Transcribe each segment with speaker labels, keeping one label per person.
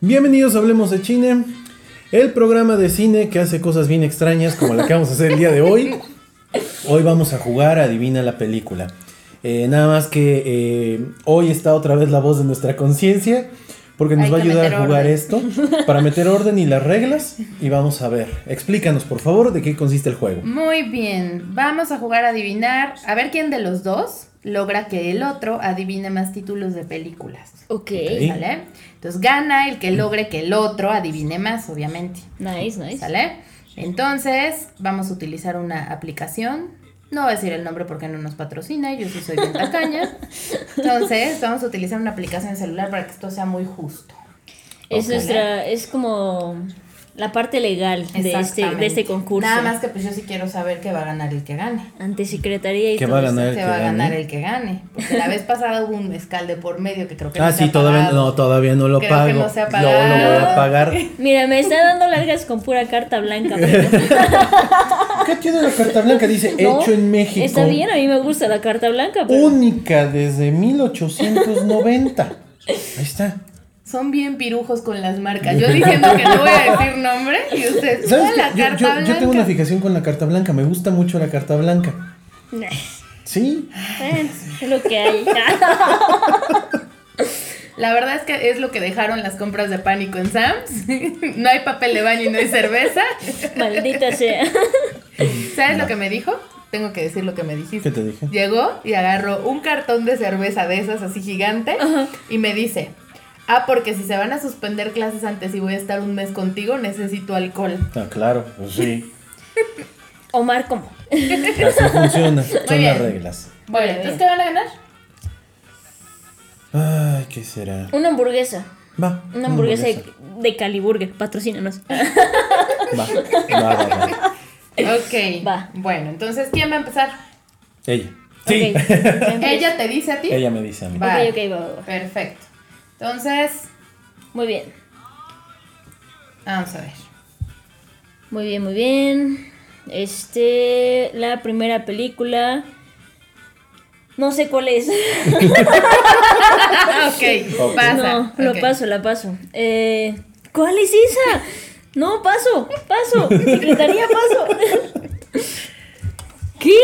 Speaker 1: Bienvenidos a Hablemos de Cine, el programa de cine que hace cosas bien extrañas como la que vamos a hacer el día de hoy. Hoy vamos a jugar a Adivina la película. Eh, nada más que eh, hoy está otra vez la voz de nuestra conciencia porque nos
Speaker 2: Hay
Speaker 1: va a
Speaker 2: que
Speaker 1: ayudar a
Speaker 2: meter
Speaker 1: jugar
Speaker 2: orden.
Speaker 1: esto para meter orden y las reglas y vamos a ver. Explícanos por favor de qué consiste el juego.
Speaker 2: Muy bien, vamos a jugar a adivinar, a ver quién de los dos logra que el otro adivine más títulos de películas.
Speaker 3: Ok,
Speaker 1: Ok.
Speaker 2: ¿Sale? Entonces gana el que logre que el otro adivine más, obviamente.
Speaker 3: nice, nice.
Speaker 2: ¿Sale? Entonces vamos a utilizar una aplicación. No voy a decir el nombre porque no nos patrocina, yo sí soy bien tacaña. Entonces vamos a utilizar una aplicación celular para que esto sea muy justo.
Speaker 3: Es
Speaker 1: Ok.
Speaker 3: nuestra, es como la parte legal de este, de este
Speaker 2: Exactamente.
Speaker 3: concurso.
Speaker 2: Nada más que pues yo sí quiero saber que va a ganar el que gane.
Speaker 3: Ante secretaría y
Speaker 1: Que
Speaker 3: todo
Speaker 1: va a
Speaker 3: eso.
Speaker 1: ganar el
Speaker 2: se
Speaker 1: que
Speaker 2: va a ganar
Speaker 1: gane.
Speaker 2: el que gane. Porque la vez pasada hubo un mezcal de por medio que creo que
Speaker 1: Ah,
Speaker 2: no se
Speaker 1: sí,
Speaker 2: ha
Speaker 1: todavía
Speaker 2: pagado.
Speaker 1: no, todavía no lo
Speaker 2: Creo que
Speaker 1: pago.
Speaker 2: no se ha
Speaker 1: No lo voy a
Speaker 2: pagado.
Speaker 1: pagar.
Speaker 3: Mira, me está dando largas con pura carta blanca. pero-
Speaker 1: ¿Qué tiene la carta blanca? Dice
Speaker 3: No,
Speaker 1: hecho en México.
Speaker 3: Está bien, a mí me gusta la carta blanca. Pero...
Speaker 1: única desde 1890. Ahí está.
Speaker 2: Son bien pirujos con las marcas. Yo diciendo que no voy a decir nombre y ustedes.
Speaker 1: ¿Sabes
Speaker 2: "Ah, la
Speaker 1: qué? Yo,
Speaker 2: carta
Speaker 1: yo- yo tengo
Speaker 2: blanca".
Speaker 1: una fijación con la carta blanca. Me gusta mucho la carta blanca. Sí.
Speaker 3: Bueno, Eh, es lo que hay.
Speaker 2: La verdad es que es lo que dejaron las compras de pánico en Sam's. No hay papel de baño y no hay cerveza.
Speaker 3: Maldita sea.
Speaker 2: ¿Sabes lo que me dijo? Tengo que decir lo que me dijiste.
Speaker 1: ¿Qué te dije?
Speaker 2: Llegó y agarró un cartón de cerveza de esas así gigante y me dice, ah, porque si se van a suspender clases antes y voy a estar un mes contigo, necesito alcohol.
Speaker 1: Ah, claro. pues sí.
Speaker 3: Omar, ¿cómo?
Speaker 1: Así funciona. Son las
Speaker 2: bien.
Speaker 1: reglas.
Speaker 2: Bueno,
Speaker 3: Muy bien.
Speaker 2: ¿entonces qué van a ganar?
Speaker 1: Ay, ¿qué será?
Speaker 3: Una hamburguesa.
Speaker 1: Va.
Speaker 3: Una hamburguesa de, de Caliburger. Patrocínanos.
Speaker 1: Va. Va, va, va.
Speaker 2: Ok.
Speaker 3: Va.
Speaker 2: Bueno, entonces, ¿quién va a empezar?
Speaker 1: Ella. Sí.
Speaker 3: Ok.
Speaker 2: ¿Ella te dice a ti?
Speaker 1: Ella me dice a mí.
Speaker 2: Va.
Speaker 3: Ok, ok, va, va, va.
Speaker 2: Perfecto. Entonces,
Speaker 3: Muy bien.
Speaker 2: vamos a ver.
Speaker 3: Muy bien, muy bien. Este, la primera película. No sé cuál es.
Speaker 2: ok,
Speaker 1: Ok.
Speaker 2: pasa.
Speaker 3: Ah, no, lo
Speaker 2: ok.
Speaker 3: paso, la paso. Eh, ¿Cuál es esa? No, paso, paso. Secretaría, paso. ¿Qué?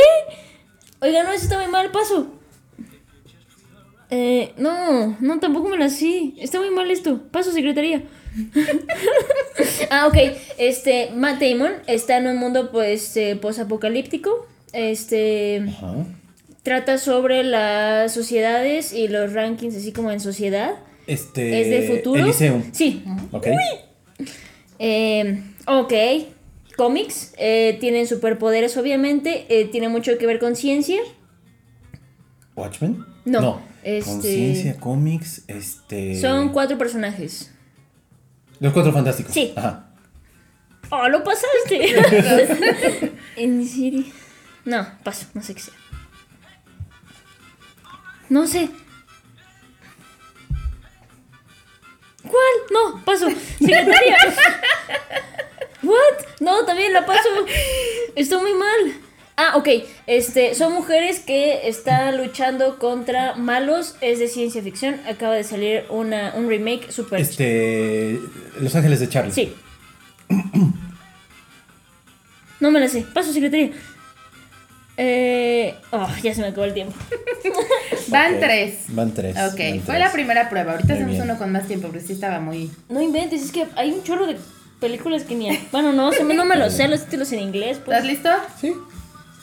Speaker 3: Oiga, no, eso está muy mal, paso. Eh, no, no, tampoco me la sé. Está muy mal esto. Paso, secretaría. Ah, ok. Este, Matt Damon está en un mundo pues eh, posapocalíptico. Este
Speaker 1: Ajá.
Speaker 3: trata sobre las sociedades y los rankings así como en sociedad.
Speaker 1: Este.
Speaker 3: ¿Es de futuro?
Speaker 1: Eliseum.
Speaker 3: Sí.
Speaker 1: Ok.
Speaker 3: Eh, ok. Cómics. eh, tienen superpoderes, obviamente. eh, tiene mucho que ver con ciencia.
Speaker 1: Watchmen.
Speaker 3: No, este-
Speaker 1: Conciencia, cómics, este.
Speaker 3: Son cuatro personajes.
Speaker 1: Los cuatro fantásticos.
Speaker 3: Sí.
Speaker 1: Ajá.
Speaker 3: ¡Oh, lo pasaste! en serio. No, paso, no sé qué sea. No sé. ¿Cuál? No, paso. Secretaria. ¿What? No, también la paso. Está muy mal. Ah, ok. Este, son mujeres que están luchando contra malos. Es de ciencia ficción. Acaba de salir una, un remake super.
Speaker 1: Este. Los Ángeles de Charlie.
Speaker 3: Sí. No me la sé. Paso, secretaría. Eh. Oh, ya se me acabó el tiempo.
Speaker 2: Van
Speaker 1: Ok.
Speaker 2: tres.
Speaker 1: Van tres.
Speaker 2: Ok,
Speaker 1: van
Speaker 2: fue
Speaker 1: tres.
Speaker 2: la primera prueba. Ahorita
Speaker 1: Muy
Speaker 2: hacemos
Speaker 1: bien.
Speaker 2: uno con más tiempo, pero sí estaba muy.
Speaker 3: No inventes, es que hay un chorro de películas que ni. Bueno, no, se me- no me lo sé los títulos en inglés.
Speaker 2: ¿Estás
Speaker 3: Pues.
Speaker 2: listo?
Speaker 1: Sí.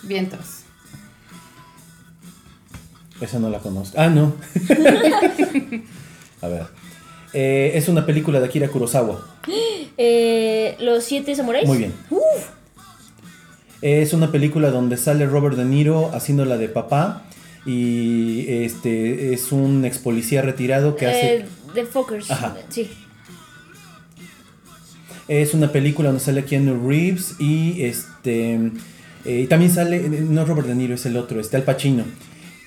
Speaker 2: Vientos.
Speaker 1: Esa no la conozco. Ah, no. A ver. Eh, es una película de Akira Kurosawa.
Speaker 3: Eh, Los siete samuráis.
Speaker 1: Muy bien. Es una película donde sale Robert De Niro haciendo la de papá. Y este es un ex policía retirado que hace.
Speaker 3: Eh, The Fuckers.
Speaker 1: Ajá.
Speaker 3: Sí.
Speaker 1: Es una película donde sale Keanu Reeves y este. eh, y también sale. No Robert De Niro, es el otro, está el Pacino.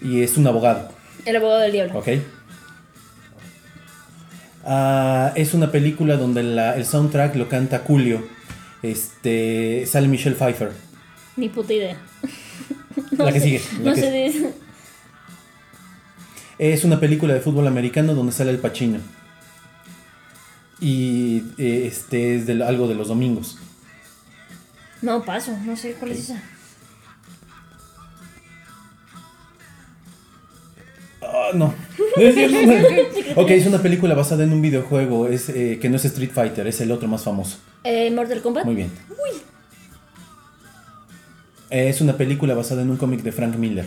Speaker 1: Y es un abogado.
Speaker 3: El abogado del diablo.
Speaker 1: Ok. Ah, es una película donde la- el soundtrack lo canta Julio. Este. Sale Michelle Pfeiffer.
Speaker 3: Ni puta idea.
Speaker 1: la que
Speaker 3: sé.
Speaker 1: sigue. la
Speaker 3: No
Speaker 1: que
Speaker 3: sé
Speaker 1: sigue.
Speaker 3: de eso.
Speaker 1: Es una película de fútbol americano donde sale el Pacino. y eh, este es de, algo de los domingos.
Speaker 3: No, paso, no sé cuál es esa.
Speaker 1: Ah, no. No es cierto. ok, es una película basada en un videojuego es, eh, que no es Street Fighter, es el otro más famoso.
Speaker 3: Eh, Mortal Kombat.
Speaker 1: Muy bien. Eh, Es una película basada en un cómic de Frank Miller.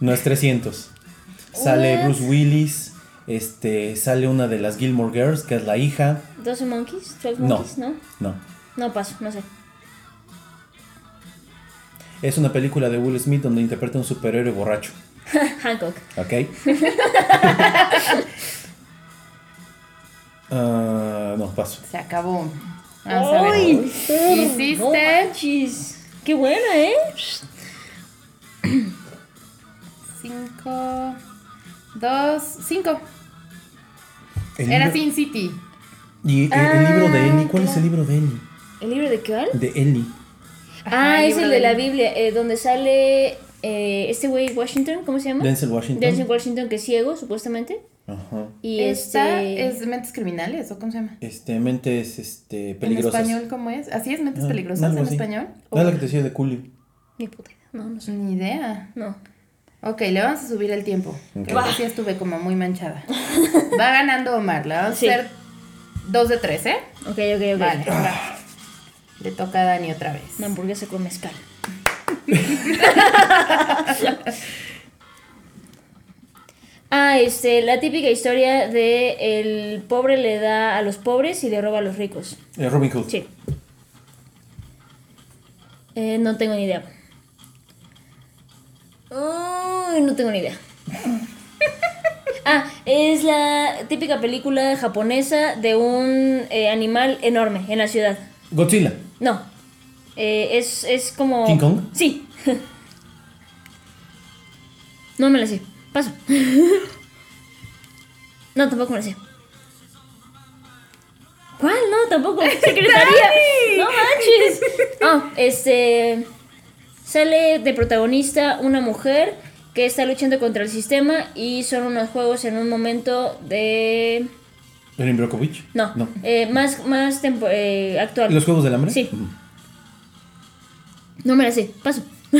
Speaker 1: No es 300. Sale
Speaker 3: What?
Speaker 1: Bruce Willis, este, sale una de las Gilmore Girls, que es la hija.
Speaker 3: 12 Monkeys, 12
Speaker 1: No.
Speaker 3: Monkeys, ¿no?
Speaker 1: No.
Speaker 3: No, paso, no sé.
Speaker 1: Es una película de Will Smith donde interpreta a un superhéroe borracho.
Speaker 3: Hancock.
Speaker 1: ¿Ok? Ah, no, paso.
Speaker 2: Se acabó. Vamos a ver.
Speaker 3: ¡Ay!
Speaker 2: Hiciste-
Speaker 3: No manches. ¡Qué buena, eh!
Speaker 2: Cinco. Dos. Cinco.
Speaker 1: El
Speaker 2: Era
Speaker 1: libro-
Speaker 2: Sin City.
Speaker 1: Y eh, el, el
Speaker 3: Ah,
Speaker 1: libro de Ellie, ¿cuál es el libro de Ellie?
Speaker 3: ¿El libro de cuál?
Speaker 1: De Ellie.
Speaker 3: Ah,
Speaker 2: Ajá,
Speaker 3: es
Speaker 2: libro
Speaker 3: el de
Speaker 2: de-
Speaker 3: la Biblia, eh, donde sale eh, este güey Washington, ¿cómo se llama?
Speaker 1: Denzel Washington.
Speaker 3: Denzel Washington, que es ciego, supuestamente.
Speaker 1: Ajá.
Speaker 3: Y
Speaker 2: Esta
Speaker 3: este...
Speaker 2: es Mentes Criminales, ¿o cómo se llama?
Speaker 1: Este, mentes este, peligrosas.
Speaker 2: ¿En español cómo es? ¿Así es Mentes
Speaker 1: Ah,
Speaker 2: Peligrosas
Speaker 1: algo
Speaker 2: en
Speaker 1: así.
Speaker 2: español? Pues,
Speaker 1: No es lo que te decía de Cooley.
Speaker 3: Ni puta idea, no, no sé.
Speaker 2: Ni idea.
Speaker 3: No.
Speaker 2: Ok, le vamos a subir el tiempo.
Speaker 1: Ok.
Speaker 2: Creo que sí estuve como muy manchada. Va ganando Omar, le vamos
Speaker 3: Sí.
Speaker 2: a hacer dos de tres, ¿eh?
Speaker 3: Ok, ok, ok.
Speaker 2: Vale, va. Le toca a Dani otra vez.
Speaker 3: Una hamburguesa con mezcal. ah, este, la típica historia de el pobre le da a los pobres y le roba a los ricos.
Speaker 1: Eh, Robin Hood.
Speaker 3: Sí. Eh, no tengo ni idea. Uy, no tengo ni idea. Ah, es la típica película japonesa de un eh, animal enorme en la ciudad.
Speaker 1: Godzilla.
Speaker 3: No. Eh, es, es como.
Speaker 1: ¿King Kong?
Speaker 3: Sí. no me la sé. Paso. no, tampoco me la sé. ¿Cuál? No, tampoco. Secretaría. no manches. Ah, este. Sale de protagonista una mujer que está luchando contra el sistema y son unos juegos en un momento de.
Speaker 1: Erin Brockovich.
Speaker 3: No, eh, más, más tempo- eh, actual.
Speaker 1: ¿Los Juegos del Hambre?
Speaker 3: Sí.
Speaker 1: Ujú.
Speaker 3: No me la sé, paso.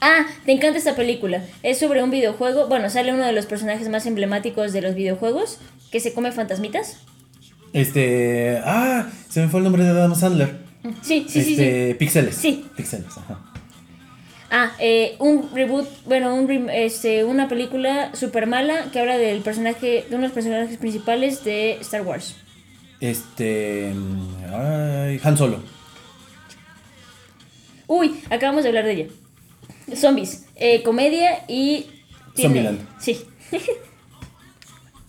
Speaker 3: ah, te encanta esta película. Es sobre un videojuego. Bueno, sale uno de los personajes más emblemáticos de los videojuegos, que se come fantasmitas.
Speaker 1: Este. Ah, se me fue el nombre de Adam Sandler.
Speaker 3: Sí, sí, sí, sí.
Speaker 1: este, Pixeles.
Speaker 3: Sí.
Speaker 1: Pixeles, ajá.
Speaker 3: Ah, eh, un reboot, bueno, un rem- este, una película super mala que habla del personaje, de unos personajes principales de Star Wars.
Speaker 1: Este. mm, Ay, Han Solo.
Speaker 3: Uy, acabamos de hablar de ella. Zombies, eh, comedia y...
Speaker 1: Zombieland.
Speaker 3: Sí.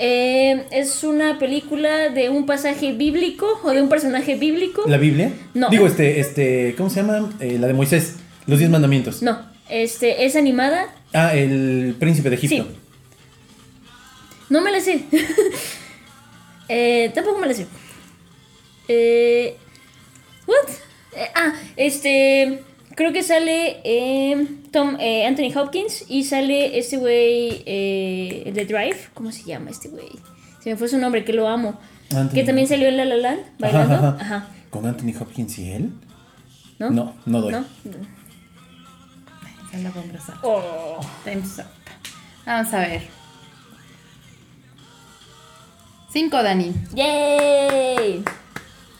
Speaker 3: Eh, es una película de un pasaje bíblico o de un personaje bíblico.
Speaker 1: ¿La Biblia?
Speaker 3: No.
Speaker 1: Digo, este, este. ¿Cómo se llama? Eh, la de Moisés. Los Diez Mandamientos.
Speaker 3: No, este, es animada.
Speaker 1: Ah, el Príncipe de Egipto.
Speaker 3: Sí. No me la sé. Eh, tampoco me la sé. Eh, what? Eh, ah, este, creo que sale eh, Tom, eh, Anthony Hopkins y sale este güey eh, el de Drive. ¿Cómo se llama este güey? Se me fue su nombre, que lo amo.
Speaker 1: Anthony
Speaker 3: Que también salió en La La Land
Speaker 1: Ajá,
Speaker 3: bailando.
Speaker 1: ajá,
Speaker 3: Ajá.
Speaker 1: ajá. ¿Con Anthony Hopkins y él?
Speaker 3: ¿No?
Speaker 1: No, no doy.
Speaker 3: ¿No?
Speaker 2: Ya la compras.
Speaker 3: Oh.
Speaker 2: Time's up. Vamos a ver. Cinco, Dani.
Speaker 3: ¡Yay!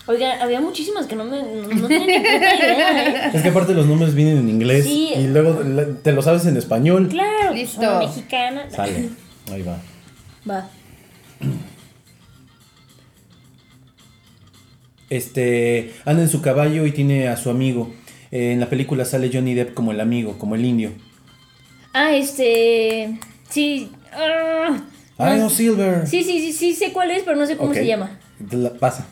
Speaker 3: Oiga, había muchísimas que no me no, no tenía ni puta idea, ¿eh?
Speaker 1: Es que aparte los nombres vienen en inglés
Speaker 3: Sí.
Speaker 1: y luego la- te lo sabes en español.
Speaker 3: Claro, pues,
Speaker 2: Listo.
Speaker 3: una mexicana.
Speaker 1: Sale. Ahí va.
Speaker 3: Va.
Speaker 1: Este anda en su caballo y tiene a su amigo. Eh, en la película sale Johnny Depp como el amigo, como el indio.
Speaker 3: Ah, este. Sí. ah,
Speaker 1: Ay,
Speaker 3: no-
Speaker 1: no, Silver.
Speaker 3: Sí, sí, sí, sí, sé cuál es, pero no sé cómo
Speaker 1: Ok.
Speaker 3: se llama.
Speaker 1: La- pasa.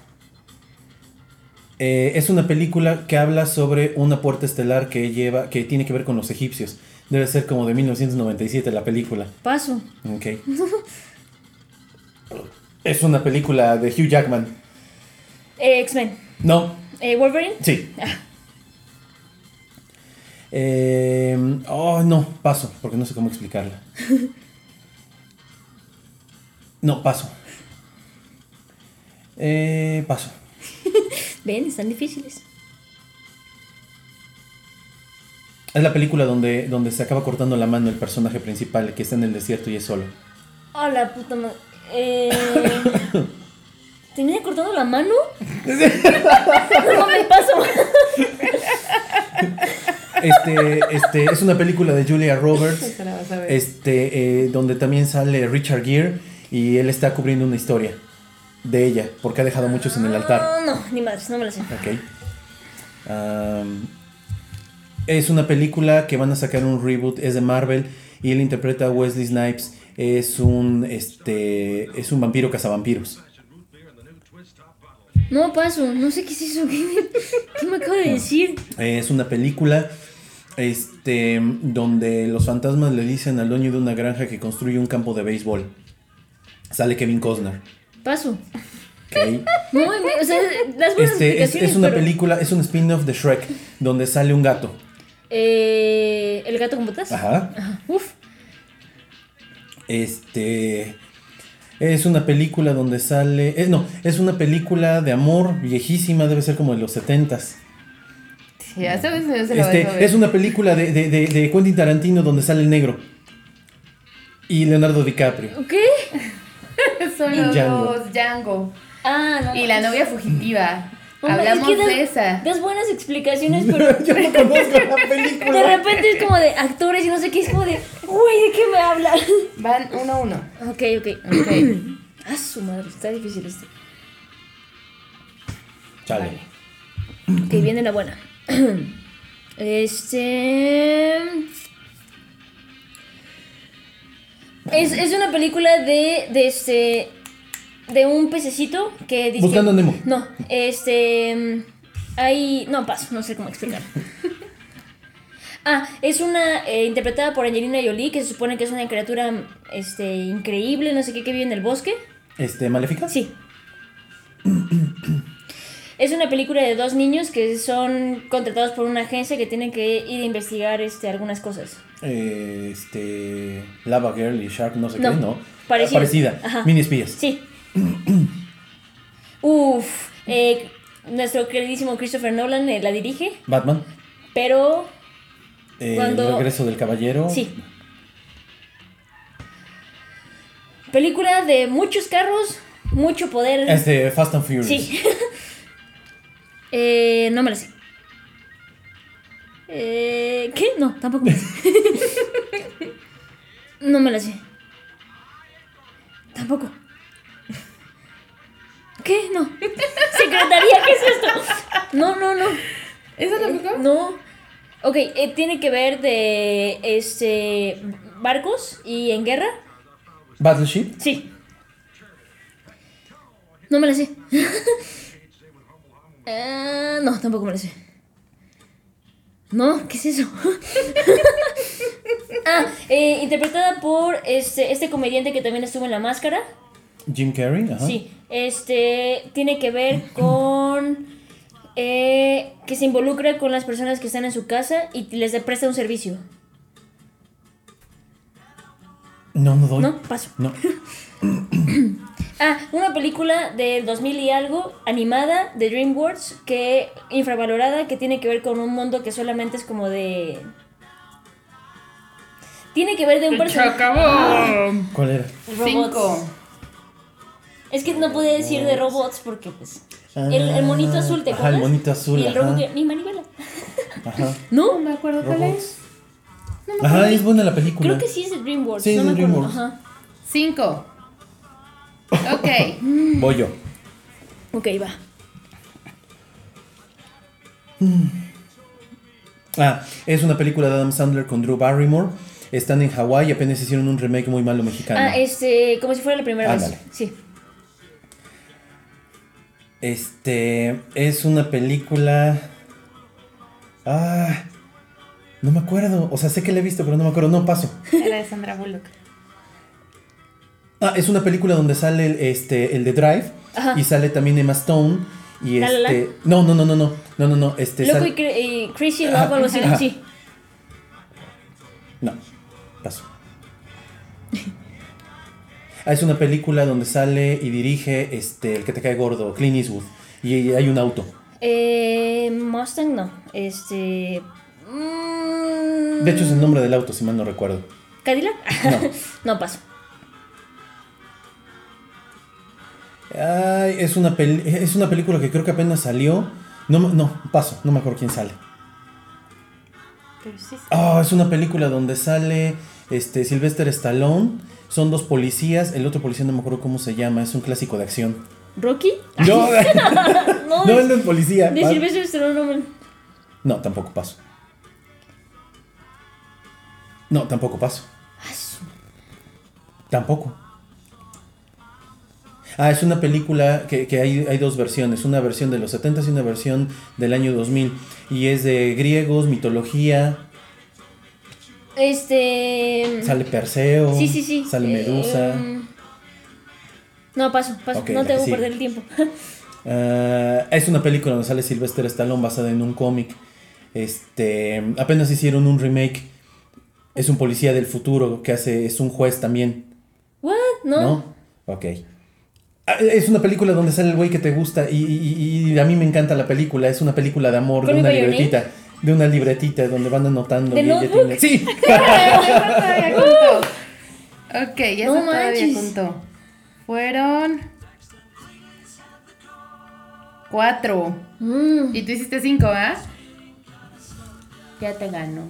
Speaker 1: Eh, es una película que habla sobre una puerta estelar que lleva, que tiene que ver con los egipcios. Debe ser como de 1997 la película.
Speaker 3: Paso.
Speaker 1: Ok. es una película de Hugh Jackman.
Speaker 3: Eh, X-Men.
Speaker 1: No,
Speaker 3: Eh, Wolverine.
Speaker 1: sí. Eh, oh, no, paso, porque no sé cómo explicarla. No, paso. Eh, paso.
Speaker 3: Ven, están difíciles.
Speaker 1: Es la película donde, donde se acaba cortando la mano el personaje principal que está en el desierto y es solo.
Speaker 3: Oh, la puta madre. Eh... ¿Tenía cortado la mano? no me paso.
Speaker 1: Este, este, es una película de Julia Roberts,
Speaker 2: Esta la vas a ver.
Speaker 1: este, eh, donde también sale Richard Gere y él está cubriendo una historia de ella, porque ha dejado muchos en el altar.
Speaker 3: No, no, ni madres, no me la sé.
Speaker 1: Ok. Am, es una película que van a sacar un reboot, es de Marvel y él interpreta a Wesley Snipes, es un este es un vampiro cazavampiros.
Speaker 3: No paso, no sé qué es eso. ¿Qué, qué me acabo de decir?
Speaker 1: Eh, Es una película este donde los fantasmas le dicen al dueño de una granja que construye un campo de béisbol. Sale Kevin Costner.
Speaker 3: Paso.
Speaker 1: ok.
Speaker 3: No, me- o sea, las buenas
Speaker 1: Este, es,
Speaker 3: explicaciones,
Speaker 1: es una
Speaker 3: pero-
Speaker 1: película, es un spin-off de Shrek donde sale un gato.
Speaker 3: Eh, El gato con botas.
Speaker 1: Ajá.
Speaker 3: Ajá. Uf.
Speaker 1: Este. Es una película donde sale. eh, no, es una película de amor viejísima, debe ser como de los 70
Speaker 2: Sí, ya sabes, no se lo vas a ver.
Speaker 1: Este, es una película de, de- de- de Quentin Tarantino donde sale el negro. Y Leonardo DiCaprio.
Speaker 3: ¿Ok?
Speaker 2: Son los
Speaker 1: Django.
Speaker 2: dos, Django.
Speaker 3: Ah, no.
Speaker 2: Y la
Speaker 3: no.
Speaker 2: novia fugitiva.
Speaker 3: No, es
Speaker 2: Hablamos
Speaker 3: que das-
Speaker 2: de esa.
Speaker 3: Das buenas explicaciones, pero
Speaker 1: Yo no conozco la
Speaker 3: de
Speaker 1: película.
Speaker 3: repente es como de actores y no sé qué. Es como de, güey, ¿de qué me hablan?
Speaker 2: Van uno a uno.
Speaker 3: Ok, ok.
Speaker 2: Ok.
Speaker 3: Ah, su madre, está difícil este.
Speaker 1: Chale.
Speaker 3: Ok, viene la buena. Este. Es, es una película de, de este. De un pececito que dice.
Speaker 1: Buscando a Nemo.
Speaker 3: No, este. Hay. No, paso, no sé cómo explicar. Ah, es una eh, interpretada por Angelina Jolie, que se supone que es una criatura este, increíble, no sé qué, que vive en el bosque.
Speaker 1: Este, ¿Maléfica?
Speaker 3: Sí. Es una película de dos niños que son contratados por una agencia que tienen que ir a investigar este, algunas cosas.
Speaker 1: Eh, este. Lava Girl y Shark, no sé
Speaker 3: No.
Speaker 1: qué, ¿no?
Speaker 3: Parecida.
Speaker 1: Parecida.
Speaker 3: Ajá.
Speaker 1: Mini espías.
Speaker 3: Sí. Uf. eh, nuestro queridísimo Christopher Nolan eh, la dirige,
Speaker 1: Batman.
Speaker 3: pero
Speaker 1: eh,
Speaker 3: Cuando-
Speaker 1: El regreso del caballero.
Speaker 3: sí. Película de muchos carros, mucho poder.
Speaker 1: Este, Fast and Furious.
Speaker 3: Sí. Eh, no me lo sé. Eh, ¿Qué? No, tampoco me lo sé. no me lo sé. Tampoco. ¿Qué? No. Secretaría, ¿qué es esto? No, no, no.
Speaker 2: ¿Esa tampoco?
Speaker 3: Eh, No. Ok, eh, tiene que ver de este barcos y en guerra.
Speaker 1: Battleship.
Speaker 3: Sí. No me la sé. Ah, no, tampoco me la sé. No, ¿qué es eso? ah, eh, interpretada por este, este comediante que también estuvo en La Máscara.
Speaker 1: Jim Carrey, ajá.
Speaker 3: Sí, este tiene que ver con eh, que se involucra con las personas que están en su casa y les presta un servicio.
Speaker 1: No, no doy.
Speaker 3: No, paso.
Speaker 1: No.
Speaker 3: Ah, una película del 2000 y algo, animada, de DreamWorks, que infravalorada, que tiene que ver con un mundo que solamente es como de... Tiene que ver de un personaje...
Speaker 2: Chocabón.
Speaker 1: ¿Cuál era?
Speaker 2: Cinco.
Speaker 3: Es que no pude decir de robots porque pues...
Speaker 1: Ah,
Speaker 3: el, el monito azul, ¿te
Speaker 1: ajá, el
Speaker 3: acuerdas?
Speaker 1: monito azul,
Speaker 3: Y el robot
Speaker 1: ajá.
Speaker 3: que- Mi manivela.
Speaker 1: Ajá.
Speaker 2: No
Speaker 3: No,
Speaker 2: me acuerdo cuál es.
Speaker 1: Robots. Ajá, es buena la película.
Speaker 3: creo que sí es de DreamWorks.
Speaker 1: Sí, es
Speaker 3: no me
Speaker 1: de
Speaker 3: acuerdo.
Speaker 1: DreamWorks.
Speaker 3: Ajá.
Speaker 2: Cinco. Ok.
Speaker 1: Voy yo.
Speaker 3: Ok, va.
Speaker 1: Ah, es una película de Adam Sandler con Drew Barrymore. Están en Hawái, apenas hicieron un remake muy malo mexicano.
Speaker 3: Ah, este, como si fuera la primera
Speaker 1: Ándale.
Speaker 3: vez. Sí.
Speaker 1: Este es una película. Ah, no me acuerdo. O sea, sé que la he visto, pero no me acuerdo. No paso.
Speaker 2: Era de Sandra Bullock.
Speaker 1: Ah, es una película donde sale el, este, el de Drive
Speaker 3: Ajá.
Speaker 1: y sale también Emma Stone y
Speaker 3: La La Land.
Speaker 1: este. No, no, no, no, no, no, no, no. Este.
Speaker 3: Loco
Speaker 1: sal-
Speaker 3: y, cre- y Crazy Love o algo así.
Speaker 1: Ajá.
Speaker 3: Sí.
Speaker 1: No, paso. Ah, Es una película donde sale y dirige este, el que te cae gordo, Clint Eastwood. Y, y hay un auto.
Speaker 3: Eh, Mustang no. Este. mm,
Speaker 1: De hecho, es el nombre del auto, si mal no recuerdo.
Speaker 3: ¿Cadillac?
Speaker 1: No.
Speaker 3: no paso.
Speaker 1: Ay, es, una pel- es una película que creo que apenas salió. No, me- no, paso, no me acuerdo quién sale.
Speaker 3: Pero sí. sí.
Speaker 1: Ah, es una película donde sale este, Sylvester Stallone. Son dos policías. El otro policía no me acuerdo cómo se llama. Es un clásico de acción.
Speaker 3: ¿Rocky?
Speaker 1: No,
Speaker 3: Ah, No,
Speaker 1: no
Speaker 3: de,
Speaker 1: él no es policía.
Speaker 3: de
Speaker 1: pa-
Speaker 3: Sylvester Stallone no me-
Speaker 1: No, tampoco paso. No, tampoco paso.
Speaker 3: Ah, su-
Speaker 1: Tampoco. Ah, es una película que, que hay, hay dos versiones, una versión de los 70 y una versión del año 2000. Y es de griegos, mitología,
Speaker 3: Este.
Speaker 1: sale Perseo,
Speaker 3: Sí, sí, sí.
Speaker 1: sale Medusa.
Speaker 3: Eh, no, paso, paso.
Speaker 1: Ok,
Speaker 3: no
Speaker 1: la
Speaker 3: te
Speaker 1: que
Speaker 3: hago
Speaker 1: sigue.
Speaker 3: perder el tiempo.
Speaker 1: Ah, es una película donde sale Sylvester Stallone basada en un cómic. Este, apenas hicieron un remake. Es un policía del futuro que hace, es un juez también,
Speaker 3: ¿What? No.
Speaker 1: ¿no? Ok. Ah, Es una película donde sale el güey que te gusta y, y- y a mí me encanta la película. Es una película de amor, de
Speaker 3: ¿Call Me
Speaker 1: una
Speaker 3: By Your
Speaker 1: libretita. De una libretita donde van anotando.
Speaker 3: ¿The
Speaker 1: y ella
Speaker 3: Notebook?
Speaker 1: tiene- Sí.
Speaker 2: Todavía contó. Ok, ya
Speaker 3: No
Speaker 2: se todavía
Speaker 3: manches.
Speaker 2: contó. Fueron cuatro.
Speaker 3: Mm,
Speaker 2: Y tú hiciste cinco, ¿ah? Ya te ganó.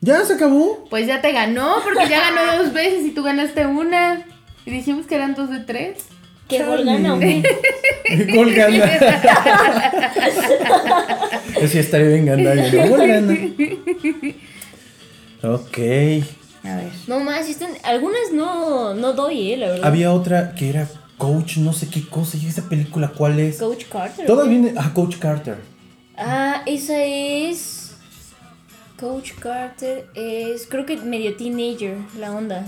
Speaker 1: ¿Ya se acabó?
Speaker 2: Pues ya te ganó, porque ya ganó dos veces y tú ganaste una. Y dijimos que eran dos de tres.
Speaker 3: ¿Qué
Speaker 1: Chale.
Speaker 3: Morgana o qué?
Speaker 1: Gol gana. Eso ya estaría bien gandalla, ¿no? Gol gana. Ok.
Speaker 2: A ver.
Speaker 3: No más, sí están- algunas no, no doy, eh, la verdad.
Speaker 1: Había otra que era Coach, no sé qué cosa. ¿Y esa película cuál es?
Speaker 3: Coach Carter.
Speaker 1: Todas vienen. Ah, Coach Carter.
Speaker 3: Ah, esa es. Coach Carter es. Creo que medio teenager, la onda.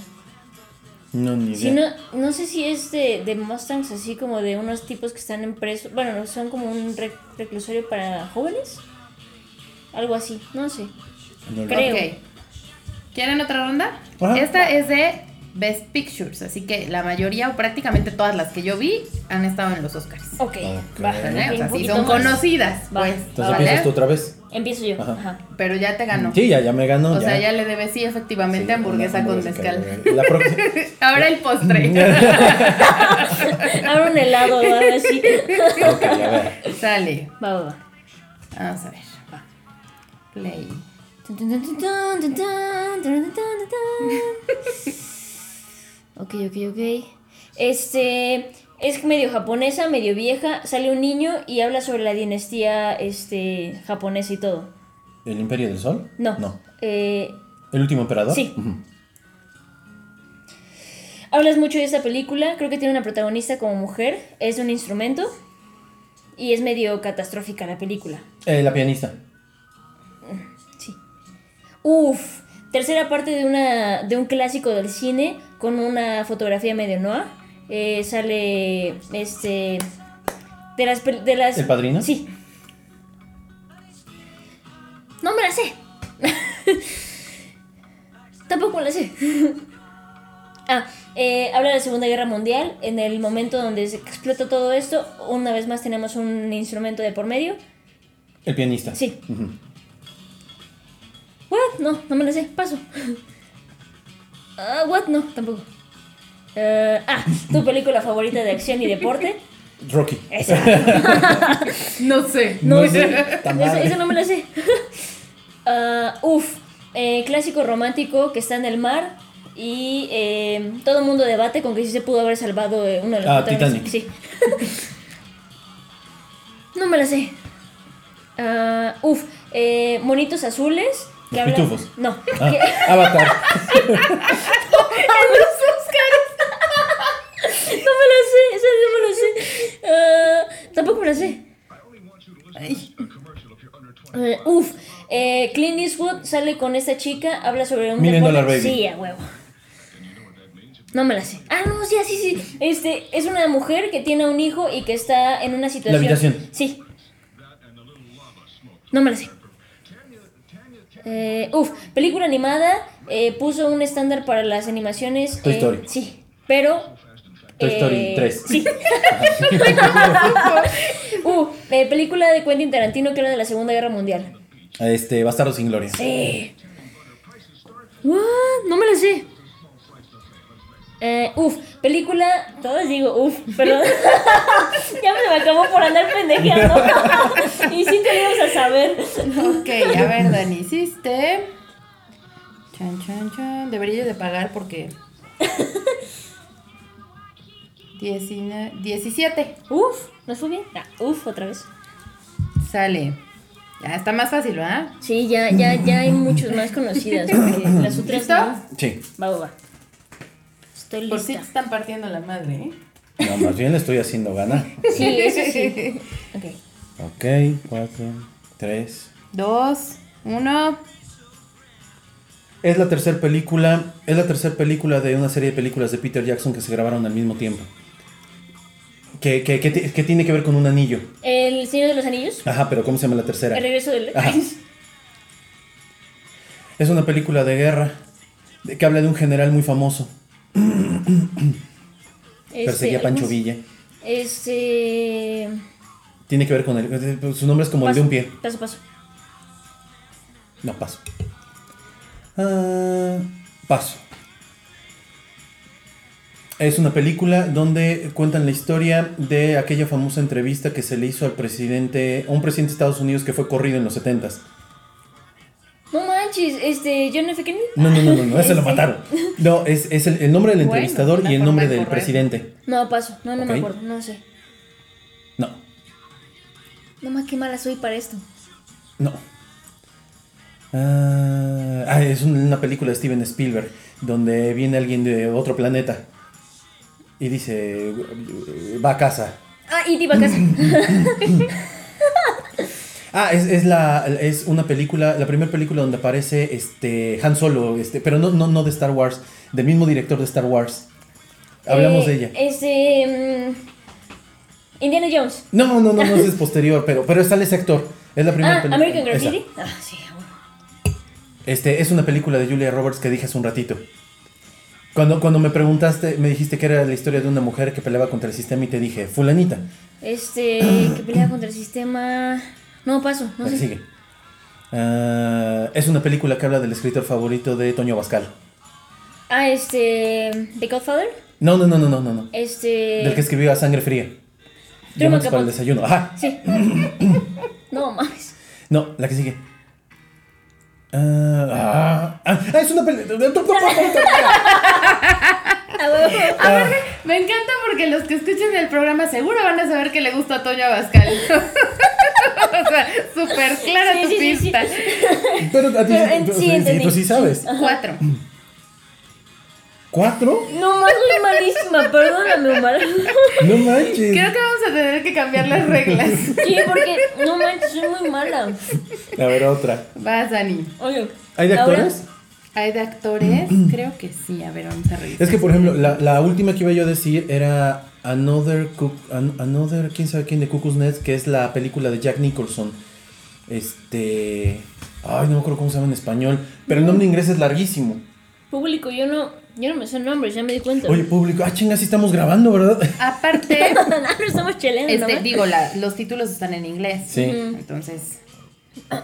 Speaker 1: No, ni idea.
Speaker 3: Si no, no sé si es de, de Mustangs, así como de unos tipos que están en preso. Bueno, son como un rec- reclusorio para jóvenes. Algo así, no sé.
Speaker 1: No lo-
Speaker 3: Creo.
Speaker 2: Ok. ¿Quieren otra ronda?
Speaker 1: Ajá.
Speaker 2: Esta es de Best Pictures, así que la mayoría o prácticamente todas las que yo vi han estado en los Oscars.
Speaker 3: Ok,
Speaker 1: Ok.
Speaker 3: va.
Speaker 2: ¿Vale? O
Speaker 3: un
Speaker 2: sea, sí,
Speaker 3: poquito
Speaker 2: son
Speaker 3: más.
Speaker 2: conocidas,
Speaker 3: Va.
Speaker 2: pues.
Speaker 1: Entonces
Speaker 2: ¿vale?
Speaker 1: empiezas tú otra vez.
Speaker 3: Empiezo yo.
Speaker 1: Ajá.
Speaker 3: Ajá.
Speaker 2: Pero ya te ganó.
Speaker 1: Sí, ya, ya me ganó.
Speaker 2: o sea, ya le debes, sí, efectivamente,
Speaker 1: Sí,
Speaker 2: hamburguesa
Speaker 1: una
Speaker 2: con
Speaker 1: hamburguesa,
Speaker 2: mezcal.
Speaker 1: La próxima.
Speaker 2: Ahora el postre.
Speaker 3: Ahora un helado, ahora sí.
Speaker 1: Ok, a ver.
Speaker 2: Sale.
Speaker 3: Va, va, va.
Speaker 2: Vamos a ver. va. Play.
Speaker 3: Tun, tun, tun, tun, tun, tun, tun, tun, tun, tun. Ok, ok, ok. Este es medio japonesa, medio vieja. Sale un niño y habla sobre la dinastía este, japonesa y todo.
Speaker 1: ¿El Imperio del Sol?
Speaker 3: No.
Speaker 1: No.
Speaker 3: Eh,
Speaker 1: ¿El último emperador?
Speaker 3: Sí.
Speaker 1: Ujú.
Speaker 3: hablas mucho de esta película. Creo que tiene una protagonista como mujer. Es un instrumento. Y es medio catastrófica la película.
Speaker 1: Eh, la pianista.
Speaker 3: Sí. Uf, tercera parte de, una, de un clásico del cine con una fotografía medio noir. Eh, sale este de las pel- de las
Speaker 1: ¿El Padrino?
Speaker 3: Sí. No me la sé. Tampoco la sé. Ah, eh, habla de la Segunda Guerra Mundial. En el momento donde se explota todo esto, una vez más tenemos un instrumento de por medio.
Speaker 1: El pianista.
Speaker 3: Sí.
Speaker 1: Ujú.
Speaker 3: What? No, no me la sé. Paso. Ah, what? No, tampoco. Eh, ah, tu película favorita de acción y deporte.
Speaker 1: Rocky.
Speaker 2: Eh,
Speaker 3: Esa.
Speaker 2: No sé.
Speaker 1: No
Speaker 3: No
Speaker 1: sé.
Speaker 3: sé.
Speaker 1: Ta
Speaker 3: Esa,
Speaker 1: madre.
Speaker 3: esa no me la sé. Ah, uf. eh, clásico romántico que está en el mar. Y eh, todo el mundo debate con que si se pudo haber salvado eh, uno de los
Speaker 1: Ah,
Speaker 3: protagonistas. Sí. no me la sé. Ah, uf. eh, monitos azules. que
Speaker 1: Los
Speaker 3: hablan-
Speaker 1: pitufos.
Speaker 3: No.
Speaker 1: Ah,
Speaker 3: que-
Speaker 1: Avatar.
Speaker 3: No me la sé, esa no me la sé. Ah, tampoco me la sé. Eh, uf, eh, Clint Eastwood sale con esta chica, habla sobre un
Speaker 1: Million
Speaker 3: deporte.
Speaker 1: Dollar Baby.
Speaker 3: Sí, a huevo. No me la sé. Ah, no, sí, ah, sí, sí. Este, es una mujer que tiene un hijo y que está en una situación.
Speaker 1: habitación.
Speaker 3: Sí. No me la sé. Eh, uf, película animada eh, puso un estándar para las animaciones.
Speaker 1: Toy
Speaker 3: eh,
Speaker 1: Story.
Speaker 3: Sí. Pero.
Speaker 1: Toy Story 3.
Speaker 3: Eh, Sí. uh, eh, película de Quentin Tarantino que era de la Segunda Guerra Mundial.
Speaker 1: Este, Bastardo sin Gloria.
Speaker 3: Sí. What? No me la sé. Eh, uf, película. Todas digo uf, pero. ya me la acabó por andar pendejeando. y sí que íbamos a saber.
Speaker 2: Ok, a ver, Dani, hiciste. Chan, chan, chan. Deberías de pagar porque. 19 17.
Speaker 3: Uf, ¿nos fue bien? Ah, uf, otra vez.
Speaker 2: Sale. Ya está más fácil, ¿verdad?
Speaker 3: Sí, ya, ya, ya hay muchos más conocidas. porque Las otras.
Speaker 2: ¿Listo?
Speaker 3: no.
Speaker 1: Sí.
Speaker 3: Va, va, va. Estoy
Speaker 2: Por si te
Speaker 3: lista.
Speaker 2: están partiendo la madre, ¿eh?
Speaker 1: No, más bien le estoy haciendo ganar.
Speaker 3: Sí, eso sí. Ok.
Speaker 1: Ok, cuatro, tres.
Speaker 2: Dos, uno.
Speaker 1: Es la tercera película. Es la tercera película de una serie de películas de Peter Jackson que se grabaron al mismo tiempo. Que, que, que ti- que tiene que ver con un anillo.
Speaker 3: El Señor de los Anillos.
Speaker 1: Ajá, pero ¿cómo se llama la
Speaker 3: El
Speaker 1: tercera?
Speaker 3: regreso del.
Speaker 1: Ajá. Es una película de guerra de- que habla de un general muy famoso.
Speaker 3: Este,
Speaker 1: perseguía a Pancho Villa.
Speaker 3: Este.
Speaker 1: Tiene que ver con el. Su nombre es como el de un pie.
Speaker 3: Paso, paso.
Speaker 1: No, paso. Ah, paso. Es una película donde cuentan la historia de aquella famosa entrevista que se le hizo al presidente, a un presidente de Estados Unidos que fue corrido en los 70s.
Speaker 3: No manches, este. John F. Kennedy.
Speaker 1: No, no, no, no, no ese lo
Speaker 3: Este.
Speaker 1: mataron. No, es, es el, el nombre del
Speaker 2: Bueno,
Speaker 1: entrevistador
Speaker 2: una
Speaker 1: y el
Speaker 2: forma
Speaker 1: nombre
Speaker 2: de
Speaker 1: del
Speaker 2: correr.
Speaker 1: presidente.
Speaker 3: No, paso. No, no
Speaker 1: Ok.
Speaker 3: me acuerdo. No sé.
Speaker 1: No,
Speaker 3: No más qué mala soy para esto.
Speaker 1: no. Ah, ah, es un- una película de Steven Spielberg donde viene alguien de otro planeta y dice, va a casa.
Speaker 3: Ah, y iba a casa.
Speaker 1: Ah, es, es la es una película, la primera película donde aparece este Han Solo, este, pero no, no, no de Star Wars, del mismo director de Star Wars. Hablamos
Speaker 3: Eh,
Speaker 1: de ella.
Speaker 3: Este. mm, Indiana Jones.
Speaker 1: No, no, no, no, es posterior, pero, pero sale ese actor. Es la primera
Speaker 3: Ah,
Speaker 1: película.
Speaker 3: American
Speaker 1: esa.
Speaker 3: Graffiti. Ah, sí, bueno.
Speaker 1: Este, es una película de Julia Roberts que dije hace un ratito. Cuando, cuando me preguntaste, me dijiste que era la historia de una mujer que peleaba contra el sistema y te dije, fulanita.
Speaker 3: Este. que pelea contra el sistema. No, paso. No
Speaker 1: La que
Speaker 3: sé.
Speaker 1: sigue. Ah, es una película que habla del escritor favorito de Toño Bascal.
Speaker 3: Ah, este. The Godfather.
Speaker 1: No, no, no, no, no, no, no.
Speaker 3: Este.
Speaker 1: Del que escribió a sangre fría. Llamas para el
Speaker 3: Capote.
Speaker 1: desayuno. Ajá.
Speaker 3: Sí. no mames.
Speaker 1: No, la que sigue. Ah, ah, ah, es una película.
Speaker 3: A huevo.
Speaker 1: Ah,
Speaker 2: Me encanta porque los que escuchen el programa seguro van a saber que le gusta a Toño Abascal. o sea, súper clara
Speaker 3: Sí,
Speaker 2: tu
Speaker 3: sí, sí, sí.
Speaker 2: pista.
Speaker 1: Pero a ti
Speaker 3: Pero
Speaker 1: sí,
Speaker 3: en-
Speaker 1: tú-
Speaker 3: sí,
Speaker 1: sí, sí,
Speaker 3: entendí.
Speaker 1: tú sí sabes.
Speaker 2: Cuatro.
Speaker 1: ¿Cuatro?
Speaker 3: No más soy malísima, perdóname, Omar.
Speaker 1: No manches.
Speaker 2: Creo que vamos a tener que cambiar las reglas.
Speaker 3: Sí, porque no manches, soy muy mala.
Speaker 1: A ver, otra.
Speaker 2: Vas, Dani.
Speaker 3: Oye.
Speaker 1: ¿Hay de
Speaker 3: ahora-
Speaker 1: actores?
Speaker 2: ¿Hay de actores?
Speaker 1: Mm-hmm.
Speaker 2: Creo que sí. A ver, vamos a revisar.
Speaker 1: Es que, por ejemplo, la, la última que iba yo a decir era Another, Cook, An- Another, quién sabe quién de Cuckoo's Nest, que es la película de Jack Nicholson. Este. Ay, no me acuerdo cómo se llama en español. Pero el nombre en inglés es larguísimo.
Speaker 3: Público, yo no, yo no me sé nombres, ya me di cuenta.
Speaker 1: Oye, público. Ah, chinga, sí estamos grabando, ¿verdad?
Speaker 2: Aparte,
Speaker 3: No, no estamos cheleando,
Speaker 2: este,
Speaker 3: ¿no?
Speaker 2: digo, la- los títulos están en inglés.
Speaker 1: Sí.
Speaker 2: Entonces,
Speaker 3: Pues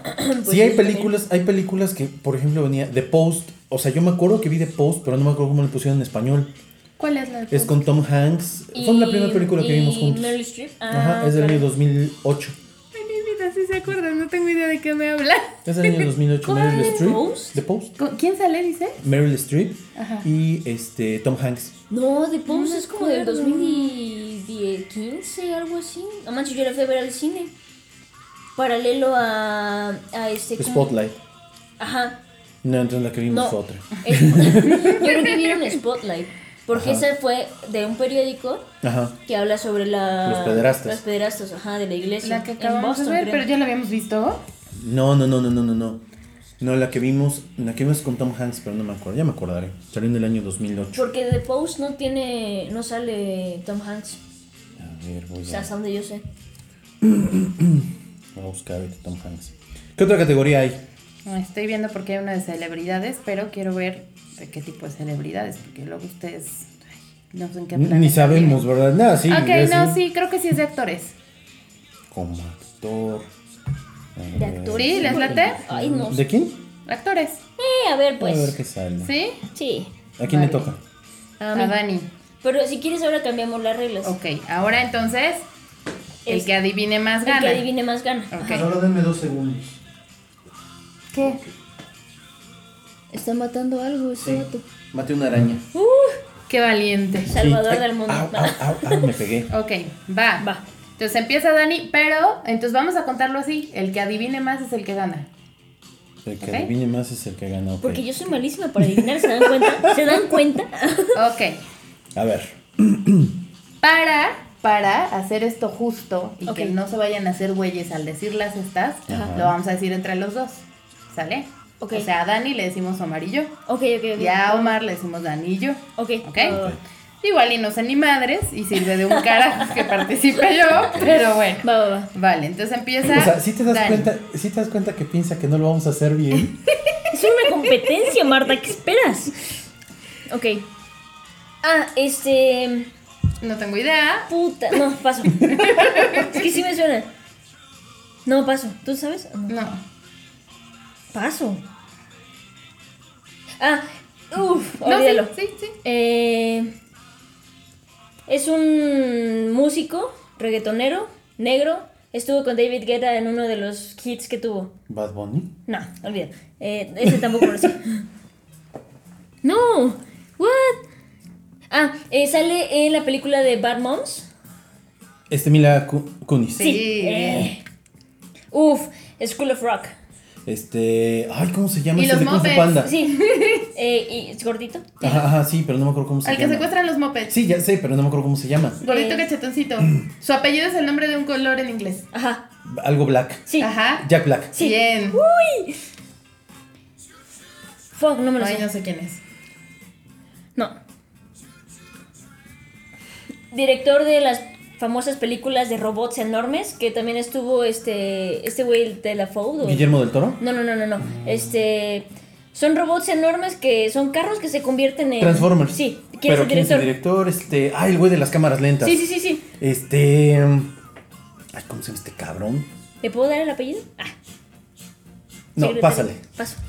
Speaker 1: sí, hay
Speaker 3: está bien.
Speaker 1: películas, hay películas que, por ejemplo, venía The Post. O sea, yo me acuerdo que vi The Post, pero no me acuerdo cómo le pusieron en español.
Speaker 2: ¿cuál es la de
Speaker 1: Es con Tom Hanks. Fue la
Speaker 3: Y-
Speaker 1: primera película que vimos
Speaker 3: y
Speaker 1: juntos.
Speaker 3: Meryl Streep.
Speaker 1: Ajá,
Speaker 3: Ah,
Speaker 1: es del año
Speaker 3: claro.
Speaker 1: 2008.
Speaker 2: Ay, mi vida, sí se acuerdan. No tengo idea de qué me habla.
Speaker 1: Es del año 2008. Meryl
Speaker 3: ¿Cuál?
Speaker 1: Streep.
Speaker 3: ¿Post?
Speaker 1: The Post.
Speaker 2: ¿Con- ¿Quién sale, dice?
Speaker 1: Meryl Streep
Speaker 2: Ajá.
Speaker 1: y este Tom Hanks.
Speaker 3: No, The Post
Speaker 2: me
Speaker 3: es como del
Speaker 2: acuerdo.
Speaker 3: 2015, algo así. No manches, yo la fui a ver al cine. Paralelo a, a este. ¿cómo?
Speaker 1: Spotlight.
Speaker 3: Ajá.
Speaker 1: No, entonces la que vimos
Speaker 3: No.
Speaker 1: fue otra.
Speaker 3: Es- yo creo que vieron Spotlight. Porque
Speaker 1: Ajá.
Speaker 3: esa fue de un periódico
Speaker 1: Ajá.
Speaker 3: que habla sobre la,
Speaker 1: Los pederastas.
Speaker 3: Los pederastas, ajá, de la iglesia.
Speaker 2: La que
Speaker 3: en
Speaker 2: acabamos
Speaker 3: Boston,
Speaker 2: de ver,
Speaker 3: creo.
Speaker 2: pero ya la habíamos visto.
Speaker 1: No, no, no, no, no, no, no. No, la que vimos, la que vimos con Tom Hanks, pero no me acuerdo, ya me acordaré. Salió en el año 2008.
Speaker 3: Porque The Post no tiene. No sale Tom Hanks.
Speaker 1: A ver, voy
Speaker 3: O
Speaker 1: a,
Speaker 3: sea, hasta donde yo sé.
Speaker 1: voy a buscar ahorita Tom Hanks. ¿Qué otra categoría hay?
Speaker 2: Estoy viendo porque hay una de celebridades, pero quiero ver de qué tipo de celebridades, porque luego ustedes. ay, No sé en qué
Speaker 1: Ni
Speaker 2: planeta
Speaker 1: sabemos,
Speaker 2: viven.
Speaker 1: ¿verdad? Nada, sí.
Speaker 2: ok,
Speaker 1: es
Speaker 2: no,
Speaker 1: así.
Speaker 2: sí, creo que sí es de actores.
Speaker 1: Como actor. eh,
Speaker 3: De actores.
Speaker 2: Sí, ¿les late?
Speaker 3: Ay, no.
Speaker 1: ¿De quién?
Speaker 2: Actores.
Speaker 3: Eh, a ver, pues.
Speaker 1: a ver qué sale.
Speaker 2: ¿Sí?
Speaker 3: Sí.
Speaker 1: ¿A quién le
Speaker 2: Vale.
Speaker 1: toca?
Speaker 3: A mí.
Speaker 2: A Dani.
Speaker 3: Pero si quieres, ahora cambiamos las reglas.
Speaker 2: Ok, ahora entonces, el
Speaker 3: Es-
Speaker 2: que adivine más
Speaker 3: El que
Speaker 2: gana.
Speaker 3: adivine más gana.
Speaker 2: Ok.
Speaker 4: Ahora denme dos segundos.
Speaker 3: ¿Qué? Está matando algo ese vato.
Speaker 4: Mate una araña.
Speaker 2: Qué valiente.
Speaker 3: Salvador
Speaker 1: Sí. Ay,
Speaker 3: del mundo.
Speaker 1: Au, au, au, au, ah, me pegué.
Speaker 2: Ok, va.
Speaker 3: Va.
Speaker 2: Entonces empieza Dani, pero entonces vamos a contarlo así. El que adivine más es el que gana.
Speaker 1: El que
Speaker 2: Ok.
Speaker 1: adivine más es el que gana. ok.
Speaker 3: Porque yo soy malísima para adivinar, ¿se dan cuenta? ¿Se dan cuenta?
Speaker 2: Ok.
Speaker 1: A ver.
Speaker 2: Para, para hacer esto justo y
Speaker 3: Ok.
Speaker 2: que no se vayan a hacer güeyes al decir las estas,
Speaker 1: Ajá.
Speaker 2: lo vamos a decir entre los dos. ¿Sale?
Speaker 3: Ok.
Speaker 2: O sea, a Dani le decimos Omar y yo.
Speaker 3: Ok, ok, ok.
Speaker 2: Y a Omar le decimos Dani y yo.
Speaker 3: Ok.
Speaker 2: Ok. Igual y no sé ni madres y sirve de un carajo que participe yo, pero bueno.
Speaker 3: Va, va, va.
Speaker 2: Vale, entonces empieza.
Speaker 1: O sea, si te das
Speaker 2: Dani.
Speaker 1: cuenta, si te das cuenta que piensa que no lo vamos a hacer bien.
Speaker 3: Es una competencia, Marta, ¿qué esperas? Ok. Ah, este.
Speaker 2: No tengo idea.
Speaker 3: Puta. No, paso. es que sí me suena. No, paso. ¿Tú sabes? No.
Speaker 2: No.
Speaker 3: Paso. Ah, uff,
Speaker 2: No,
Speaker 3: olvídalo.
Speaker 2: sí, sí, sí.
Speaker 3: Eh, es un músico, reggaetonero, negro. Estuvo con David Guetta en uno de los hits que tuvo.
Speaker 1: Bad Bunny.
Speaker 3: No, olvida. Eh, ese tampoco lo sé. no, what? Ah, eh, sale en la película de Bad Moms.
Speaker 1: Este Mila Ku- Kunis.
Speaker 2: Sí.
Speaker 3: Eh. Uf, School of Rock.
Speaker 1: Este. Ay, ¿cómo se llama
Speaker 2: Y
Speaker 1: ese
Speaker 2: los
Speaker 1: de Kung Fu
Speaker 2: Muppets.
Speaker 1: Panda?
Speaker 3: Sí. Eh, y es gordito.
Speaker 1: Ajá, ajá, sí, pero no me acuerdo cómo se
Speaker 2: Al que
Speaker 1: llama.
Speaker 2: secuestran los mopeds.
Speaker 1: Sí, ya sé, pero no me acuerdo cómo se llama.
Speaker 2: Gordito
Speaker 3: Eh.
Speaker 2: cachetoncito. Su apellido es el nombre de un color en inglés.
Speaker 3: Ajá.
Speaker 1: Algo Black.
Speaker 3: Sí.
Speaker 2: Ajá.
Speaker 1: Jack Black.
Speaker 3: Sí. Uh,
Speaker 2: Bien.
Speaker 3: Fuck, no me lo
Speaker 2: Ay,
Speaker 3: sé.
Speaker 2: no sé quién es.
Speaker 3: No. Director de las famosas películas de robots enormes, que también estuvo este este güey el de la Food.
Speaker 1: Guillermo del Toro.
Speaker 3: No, no, no, no, no. Este son robots enormes que son carros que se convierten en
Speaker 1: Transformers.
Speaker 3: Eh, Sí, ¿quién
Speaker 1: Pero
Speaker 3: es el
Speaker 1: ¿quién es el
Speaker 3: director?
Speaker 1: director? Este. Ay, el güey de las cámaras lentas.
Speaker 3: Sí, sí, sí, sí.
Speaker 1: Este. Ay, ¿cómo se llama este cabrón?
Speaker 3: ¿Le puedo dar el apellido? Ah,
Speaker 1: No,
Speaker 3: secretario.
Speaker 1: pásale.
Speaker 3: Paso.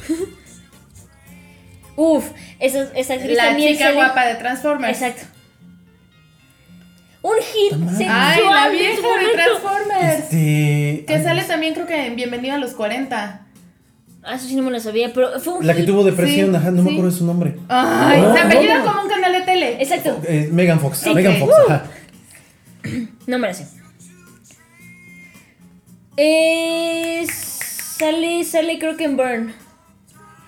Speaker 3: Uf, esa, esa actriz
Speaker 2: La
Speaker 3: también
Speaker 2: chica
Speaker 3: sale-
Speaker 2: guapa de Transformers.
Speaker 3: Exacto. Un hit
Speaker 1: Tamara.
Speaker 3: sexual
Speaker 2: Ay, la
Speaker 3: de
Speaker 2: vieja
Speaker 3: su
Speaker 2: de
Speaker 3: momento.
Speaker 2: Transformers.
Speaker 1: Este.
Speaker 2: Que
Speaker 1: ay,
Speaker 2: sale también creo que en Bienvenido a los 40.
Speaker 3: Ah, eso sí no me lo sabía, pero fue un
Speaker 1: La que
Speaker 3: hit.
Speaker 1: tuvo depresión,
Speaker 2: Sí,
Speaker 1: ajá, no me
Speaker 2: sí.
Speaker 1: acuerdo de su nombre.
Speaker 2: Ay,
Speaker 1: No,
Speaker 2: se apellida
Speaker 1: no, no.
Speaker 2: como un canal de tele.
Speaker 3: Exacto.
Speaker 1: Eh, Megan Fox.
Speaker 2: Sí. Uh.
Speaker 1: Megan
Speaker 2: Ok.
Speaker 1: Fox, ajá.
Speaker 3: No me la sé. Eh, sale, sale creo que en Burn.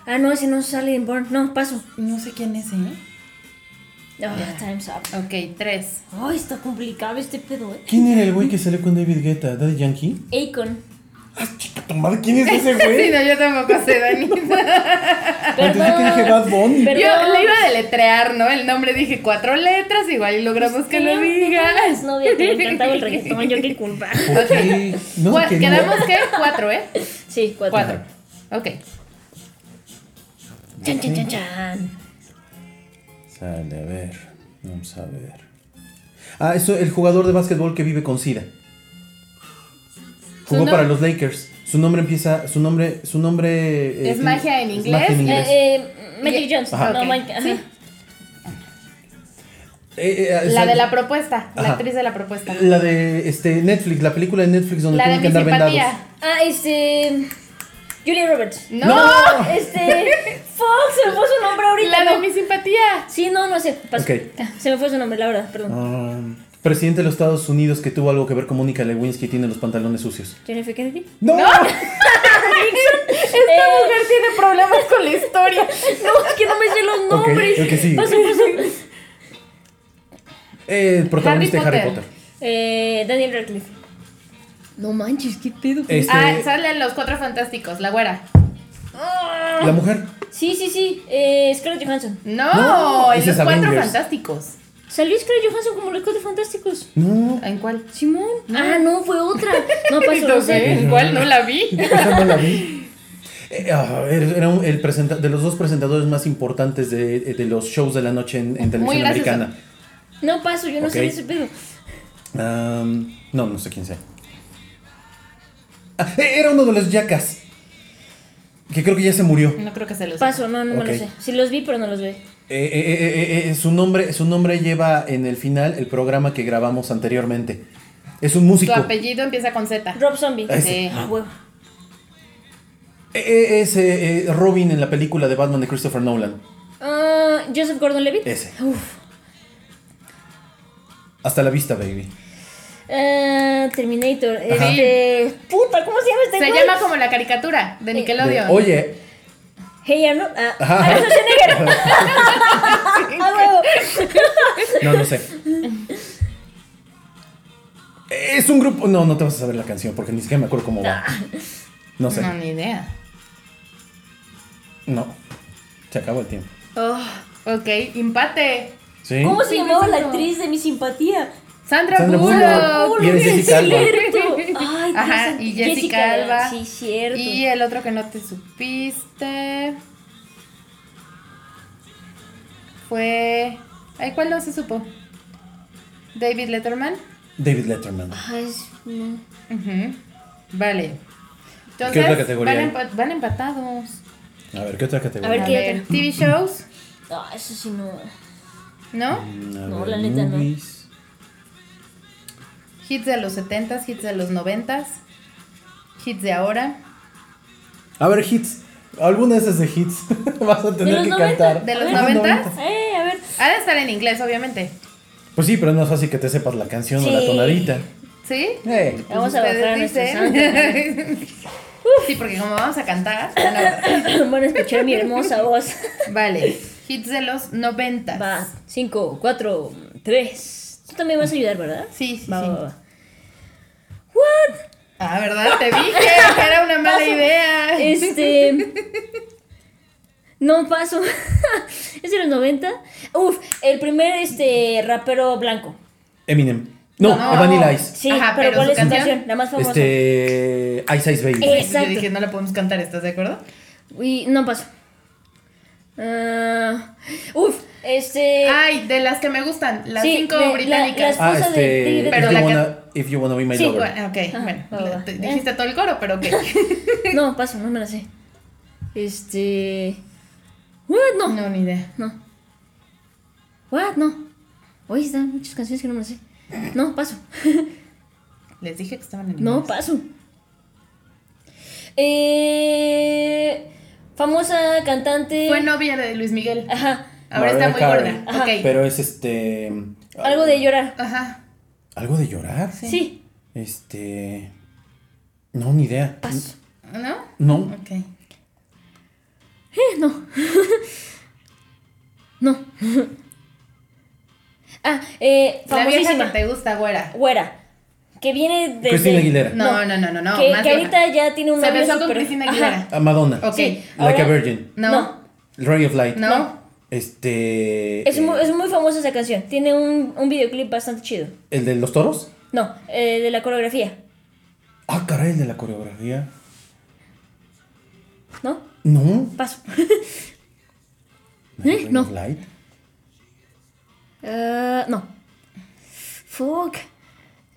Speaker 3: Ah, no, ese no sale en Burn. No, paso.
Speaker 2: No sé quién es, ¿eh?
Speaker 3: Ah, Time's up.
Speaker 2: Ok, tres.
Speaker 3: Ay, está complicado este pedo, eh.
Speaker 1: ¿Quién era el güey que salió con David Guetta? ¿Daddy Yankee?
Speaker 3: Akon.
Speaker 2: Ah,
Speaker 1: Tomar, ¿quién es ese
Speaker 2: Sí,
Speaker 1: güey?
Speaker 2: no, yo tampoco sé, Dani.
Speaker 1: Antes yo te dije Bad Bunny.
Speaker 3: Pero-
Speaker 2: Yo le iba a deletrear, ¿no? El nombre dije cuatro letras, igual y logramos que lo digas.
Speaker 3: No, novia que le encantaba el reggaetón, yo qué culpa.
Speaker 1: ¿Por qué? No,
Speaker 2: Cua-
Speaker 1: quería.
Speaker 2: Quedamos que cuatro, ¿eh?
Speaker 3: Sí, cuatro.
Speaker 2: Cuatro. Ok.
Speaker 3: Chan, chan, chan, chan.
Speaker 1: Sale, a ver. Vamos a ver. Ah, eso, el jugador de básquetbol que vive con SIDA. Jugó
Speaker 2: Su nom-
Speaker 1: para los Lakers. Su nombre empieza. Su nombre. Su nombre. eh,
Speaker 2: Es
Speaker 1: tiene-
Speaker 2: magia en
Speaker 1: es
Speaker 2: inglés.
Speaker 1: magia en inglés. Eh,
Speaker 3: Eh, eh, Magic
Speaker 2: Ye-
Speaker 3: Johnson.
Speaker 2: Ajá.
Speaker 3: No,
Speaker 2: Ok.
Speaker 3: Mike- ajá.
Speaker 2: Sí.
Speaker 1: eh, eh,
Speaker 2: La
Speaker 1: sal-
Speaker 2: de la propuesta, la
Speaker 1: Ajá.
Speaker 2: actriz de la propuesta.
Speaker 1: La de este, Netflix, la película de Netflix donde
Speaker 2: La de
Speaker 1: tienen que
Speaker 2: mi
Speaker 1: andar vendados.
Speaker 2: simpatía.
Speaker 3: Ah, este. Julia Roberts.
Speaker 2: No,
Speaker 3: Este. Fox, se me fue su nombre ahorita.
Speaker 2: la de
Speaker 3: no.
Speaker 2: mi simpatía.
Speaker 3: Sí, no, no sé. Paso.
Speaker 1: Ok.
Speaker 3: Ah, Se me fue su nombre, la verdad, perdón.
Speaker 1: Ah, presidente de los Estados Unidos que tuvo algo que ver con Mónica Lewinsky tiene los pantalones sucios.
Speaker 3: Jennifer Kennedy.
Speaker 1: ¡No!
Speaker 2: Esta
Speaker 3: Eh.
Speaker 2: mujer tiene problemas con la historia.
Speaker 3: No, es que no me sé los
Speaker 1: Ok,
Speaker 3: nombres.
Speaker 1: ok, sí.
Speaker 3: Paso, paso.
Speaker 1: Eh, el protagonista
Speaker 2: Harry
Speaker 1: de Harry
Speaker 2: Potter.
Speaker 1: Potter.
Speaker 3: Eh, Daniel Radcliffe. No manches, qué pedo.
Speaker 1: Este,
Speaker 2: Ah, salen los cuatro fantásticos, la güera.
Speaker 1: la mujer.
Speaker 3: Sí, sí, sí. Eh, Scarlett Johansson.
Speaker 2: No,
Speaker 1: No,
Speaker 2: en
Speaker 1: ese
Speaker 2: los
Speaker 1: es
Speaker 2: cuatro
Speaker 1: Avengers.
Speaker 2: fantásticos.
Speaker 3: Salió Scarlett Johansson como los cuatro fantásticos.
Speaker 1: No,
Speaker 2: ¿En cuál?
Speaker 3: Simón. Ah, no, fue otra. No pasó, no
Speaker 2: No sé,
Speaker 3: sé.
Speaker 2: ¿en cuál? No la vi.
Speaker 1: esa no la vi. Eh, ah, era un- el presenta- de los dos presentadores más importantes de, de los shows de la noche en, en televisión
Speaker 2: gracioso.
Speaker 1: americana.
Speaker 3: No paso, yo no sé
Speaker 1: Ok.
Speaker 3: de ese pedo.
Speaker 1: Am, no, no sé quién sea. Ah, eh, era uno de los yacas. Que creo que ya se murió.
Speaker 2: No creo que se los.
Speaker 3: Paso, no, no me
Speaker 1: Ok.
Speaker 3: lo sé. Sí los vi, pero no los ve.
Speaker 1: Eh, eh, eh, eh, eh, su, nombre, su nombre lleva en el final el programa que grabamos anteriormente. Es un
Speaker 2: Tu
Speaker 1: músico.
Speaker 2: apellido empieza con Z.
Speaker 3: Rob Zombie.
Speaker 1: Ese.
Speaker 2: Sí.
Speaker 3: Ah, huevo.
Speaker 1: Eh, eh, es eh, eh, Robin en la película de Batman de Christopher Nolan.
Speaker 3: Ah, Joseph Gordon-Levitt.
Speaker 1: Ese.
Speaker 3: Uf.
Speaker 1: Hasta la vista, baby.
Speaker 3: Ah, Terminator.
Speaker 1: Ajá.
Speaker 3: Este. Puta, ¿cómo se llama este
Speaker 2: Se
Speaker 3: güey?
Speaker 2: llama como la caricatura de
Speaker 1: De,
Speaker 2: Nickelodeon.
Speaker 1: Oye,
Speaker 3: Hey Arnold. Ah,
Speaker 1: Ajá.
Speaker 3: Arnold Schwarzenegger. Ah, huevo.
Speaker 1: no, no sé. Es un grupo. No, no te vas a saber la canción porque ni siquiera me acuerdo cómo va. No sé.
Speaker 2: No, ni idea.
Speaker 1: No. Se acabó el tiempo.
Speaker 2: Oh, ok, empate.
Speaker 1: ¿Sí?
Speaker 3: ¿Cómo se
Speaker 2: Sí,
Speaker 3: llamaba la
Speaker 2: exacto.
Speaker 3: actriz de mi simpatía?
Speaker 2: Sandra,
Speaker 1: Sandra Bullock.
Speaker 2: Bullock.
Speaker 1: Y eres Jessica Alba.
Speaker 3: Ay, Dios
Speaker 2: Ajá,
Speaker 3: santo.
Speaker 2: y Jessica Alba.
Speaker 3: Sí, cierto.
Speaker 2: Y el otro que no te supiste fue. Ay, ¿cuál no se supo? David Letterman.
Speaker 1: David Letterman.
Speaker 3: Ay, es- no.
Speaker 2: Ujú. Vale. Entonces,
Speaker 1: ¿Qué otra categoría
Speaker 2: Van,
Speaker 1: hay?
Speaker 2: empa- van empatados.
Speaker 1: A ver, ¿qué otra
Speaker 3: A ver,
Speaker 1: categoría?
Speaker 2: A
Speaker 3: ¿qué
Speaker 2: ver,
Speaker 3: otra?
Speaker 2: TV shows,
Speaker 3: Ah, eso sí no.
Speaker 2: ¿no?
Speaker 1: Mm, a
Speaker 3: No,
Speaker 1: ver,
Speaker 3: la neta no.
Speaker 1: movies.
Speaker 2: Hits de los 70s, hits de los 90s, hits de ahora.
Speaker 1: A ver, hits. Alguna de esas de hits vas a tener
Speaker 3: los
Speaker 1: que
Speaker 3: 90,
Speaker 1: cantar.
Speaker 2: ¿De los
Speaker 1: Ah, 90.
Speaker 2: 90s?
Speaker 3: Eh, a ver.
Speaker 2: Ha de estar en inglés, obviamente.
Speaker 1: Pues sí, pero no es fácil que te sepas la canción o la
Speaker 3: Sí.
Speaker 1: tonadita.
Speaker 2: ¿sí?
Speaker 1: Eh,
Speaker 3: Vamos a
Speaker 2: ustedes
Speaker 3: bajar a nuestro
Speaker 2: dicen. Sí, porque como vamos a cantar. bueno,
Speaker 3: Van a escuchar mi hermosa voz.
Speaker 2: vale, hits de los 90.
Speaker 3: Va. 5, 4, 3. Tú también vas a ayudar, ¿verdad?
Speaker 2: Sí, sí,
Speaker 3: Va,
Speaker 2: sí.
Speaker 3: va, va. ¿What?
Speaker 2: Ah, ¿verdad? Te dije que era una mala
Speaker 3: Paso.
Speaker 2: idea.
Speaker 3: Este. No paso. es de los 90. Uf, el primer este rapero blanco.
Speaker 1: Eminem. No,
Speaker 2: No.
Speaker 1: Vanilla Ice.
Speaker 3: Sí,
Speaker 2: Ajá,
Speaker 3: pero,
Speaker 2: pero
Speaker 3: ¿cuál
Speaker 2: su
Speaker 3: es su
Speaker 2: canción?
Speaker 3: canción? La más famosa.
Speaker 1: Este. Ice Ice Baby.
Speaker 3: Eh.
Speaker 2: Yo
Speaker 3: exacto.
Speaker 2: dije, no la podemos cantar, ¿estás de acuerdo?
Speaker 3: Y no paso. Ah, uf, este.
Speaker 2: Ay, de las que me gustan, las
Speaker 3: Sí,
Speaker 2: cinco
Speaker 3: de- la-
Speaker 2: británicas.
Speaker 1: Ah,
Speaker 3: esposa de-
Speaker 1: este.
Speaker 3: de-
Speaker 2: Pero
Speaker 1: if,
Speaker 2: la
Speaker 1: you
Speaker 2: can-
Speaker 1: wanna, if you wanna be my
Speaker 3: Sí,
Speaker 1: lover.
Speaker 2: Bueno, ok,
Speaker 3: Ah,
Speaker 2: bueno,
Speaker 3: va, va.
Speaker 2: te- dijiste todo el coro, pero ok.
Speaker 3: No, paso, no me la sé. Este. What? No.
Speaker 2: No, ni idea.
Speaker 3: No. What? No. Oye, están muchas canciones que no me las sé. No, paso.
Speaker 2: Les dije que estaban en
Speaker 3: No,
Speaker 2: inglés.
Speaker 3: paso. Eh, famosa cantante.
Speaker 2: Fue novia de Luis Miguel.
Speaker 3: Ajá.
Speaker 1: Mariah
Speaker 2: Ahora está muy
Speaker 1: Carey.
Speaker 2: gorda.
Speaker 3: Ajá.
Speaker 2: Ok.
Speaker 1: Pero es este.
Speaker 3: Algo de llorar.
Speaker 2: Ajá.
Speaker 1: ¿Algo de llorar?
Speaker 3: Sí.
Speaker 1: Este. No, ni idea.
Speaker 3: Paso.
Speaker 2: ¿No?
Speaker 1: No.
Speaker 2: Ok.
Speaker 3: Eh, no. no. ah, eh,
Speaker 2: La vieja
Speaker 3: famosísima.
Speaker 2: que te gusta, güera.
Speaker 3: Güera. Que viene de.
Speaker 1: Cristina Aguilera.
Speaker 2: No, no, no, no, no.
Speaker 3: que
Speaker 2: más
Speaker 3: que
Speaker 2: vieja.
Speaker 3: ahorita ya tiene un
Speaker 2: Se
Speaker 3: nombre
Speaker 2: besó con
Speaker 3: súper-
Speaker 2: Cristina
Speaker 3: Ajá.
Speaker 2: Aguilera.
Speaker 1: Ah, Madonna.
Speaker 2: Ok.
Speaker 3: Sí.
Speaker 1: Like a
Speaker 3: Ahora-
Speaker 1: Virgin.
Speaker 2: No.
Speaker 3: No.
Speaker 1: Ray of Light.
Speaker 2: No.
Speaker 1: Este.
Speaker 3: Es, muy,
Speaker 1: eh,
Speaker 3: es muy famosa esa canción. Tiene un, un videoclip bastante chido.
Speaker 1: ¿El de los toros?
Speaker 3: No, eh, de la coreografía.
Speaker 1: Ah, caray, el de la coreografía.
Speaker 3: ¿No?
Speaker 1: No.
Speaker 3: Paso.
Speaker 1: No,
Speaker 3: ¿Eh?
Speaker 1: Ray
Speaker 3: No.
Speaker 1: of Light.
Speaker 3: Eh, no. Fuck.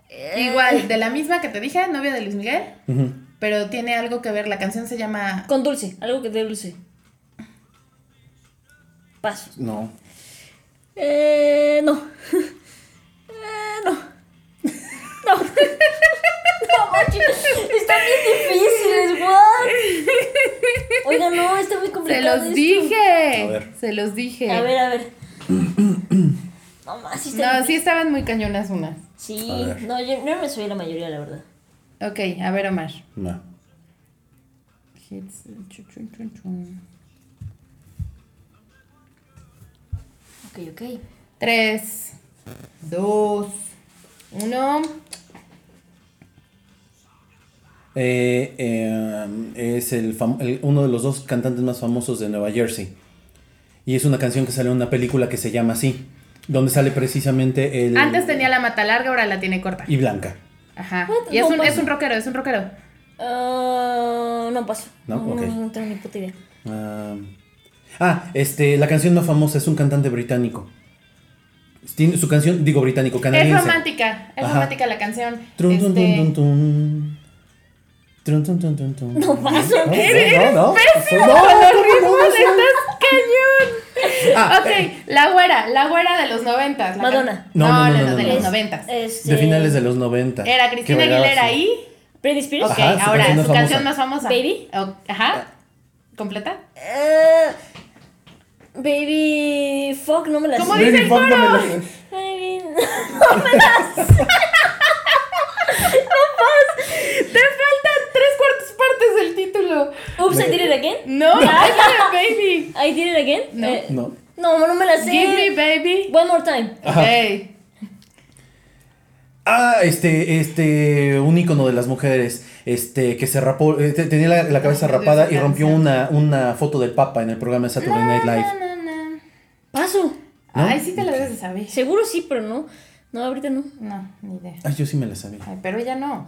Speaker 3: Eh,
Speaker 2: Igual, de la misma que te dije, novia de Luis Miguel.
Speaker 1: Ujú.
Speaker 2: Pero tiene algo que ver. La canción se llama.
Speaker 3: Con dulce, algo que te dulce. Paso.
Speaker 1: No.
Speaker 3: Eh, no. Eh, no. No. No, manches. Están bien difíciles, what? Oiga, no, está muy
Speaker 2: ¡Se
Speaker 3: complicado.
Speaker 2: los
Speaker 3: esto.
Speaker 2: dije!
Speaker 1: A ver.
Speaker 2: Se los dije.
Speaker 3: A ver, a ver. No, más, sí está
Speaker 2: No, sí estaban muy cañonas unas.
Speaker 3: Sí,
Speaker 1: A ver.
Speaker 3: no, yo no me subí la mayoría, la verdad.
Speaker 2: Ok, a ver, Omar.
Speaker 1: No.
Speaker 2: Hits, chu, chu, chu, chu.
Speaker 3: Ok, ok.
Speaker 2: Tres, dos, uno.
Speaker 1: Eh, eh, es el fam- el- uno de los dos cantantes más famosos de Nueva Jersey. Y es una canción que sale en una película que se llama así. Donde sale precisamente el.
Speaker 2: Antes tenía la mata larga, ahora la tiene corta.
Speaker 1: Y Blanca.
Speaker 2: Ajá.
Speaker 3: What?
Speaker 2: Y es
Speaker 3: No,
Speaker 2: un,
Speaker 3: pues-
Speaker 2: es un rockero, es un rockero.
Speaker 3: Ah, no paso.
Speaker 1: No, ok.
Speaker 3: no tengo ni puta idea.
Speaker 1: Ah, ah, este, la canción no famosa es un cantante británico. Tiene su canción, digo británico,
Speaker 2: Es
Speaker 1: canadiense.
Speaker 2: romántica, es
Speaker 1: Ajá.
Speaker 2: romántica la canción.
Speaker 1: Trun, tun,
Speaker 2: Este,
Speaker 1: tun, tun, tun. Trun, tun, tun, tun, tun.
Speaker 3: No, paso,
Speaker 1: No,
Speaker 2: eres
Speaker 1: no, no.
Speaker 2: pésimo
Speaker 1: No, no,
Speaker 2: con los
Speaker 1: no, no,
Speaker 2: ritmos,
Speaker 1: no, no.
Speaker 2: estás cañón.
Speaker 1: Ah,
Speaker 2: ok, la güera, la güera de los noventas. la
Speaker 3: Madonna.
Speaker 2: can- No, no, no,
Speaker 1: no,
Speaker 2: de
Speaker 1: no,
Speaker 2: los
Speaker 1: no.
Speaker 2: noventas.
Speaker 3: Este,
Speaker 1: De finales de los 90.
Speaker 2: Era Cristina
Speaker 1: que bailaba
Speaker 2: Aguilera
Speaker 1: así.
Speaker 2: ahí.
Speaker 3: Britney Spears.
Speaker 2: Ok,
Speaker 1: Ajá, su
Speaker 2: ahora,
Speaker 1: canción
Speaker 2: su
Speaker 1: más
Speaker 2: canción más
Speaker 1: famosa. Ah.
Speaker 3: Baby.
Speaker 2: famosa. O- ajá. ¿Completa?
Speaker 3: Eh, baby, fuck, no me la
Speaker 2: ¿Cómo
Speaker 3: sé.
Speaker 2: dice el
Speaker 1: fuck,
Speaker 2: coro?
Speaker 1: no me lo-
Speaker 3: Baby, no me la sé. No más.
Speaker 2: Te faltan tres cuartas partes del título.
Speaker 3: Oops, I did it again.
Speaker 2: No, ya, baby.
Speaker 3: I did it again.
Speaker 2: No.
Speaker 3: Eh,
Speaker 1: No.
Speaker 3: no, no me la sé.
Speaker 2: Give me baby.
Speaker 3: One more time.
Speaker 1: Ajá.
Speaker 2: Ok.
Speaker 1: Ah, este, este, un ícono de las mujeres, este, que se rapó, eh, te- tenía la, la cabeza
Speaker 2: Ay, Dios,
Speaker 1: rapada
Speaker 2: esa
Speaker 1: y rompió
Speaker 2: canción.
Speaker 1: una, una foto del Papa en el programa de Saturday Night Live.
Speaker 2: No, no, no.
Speaker 3: Paso.
Speaker 1: ¿No?
Speaker 2: Ay, sí te la debes de saber.
Speaker 3: Seguro sí, pero no. No, ahorita no.
Speaker 2: No, ni idea.
Speaker 1: Ay, Ah, yo sí me la sabía.
Speaker 2: Ay, pero ella no.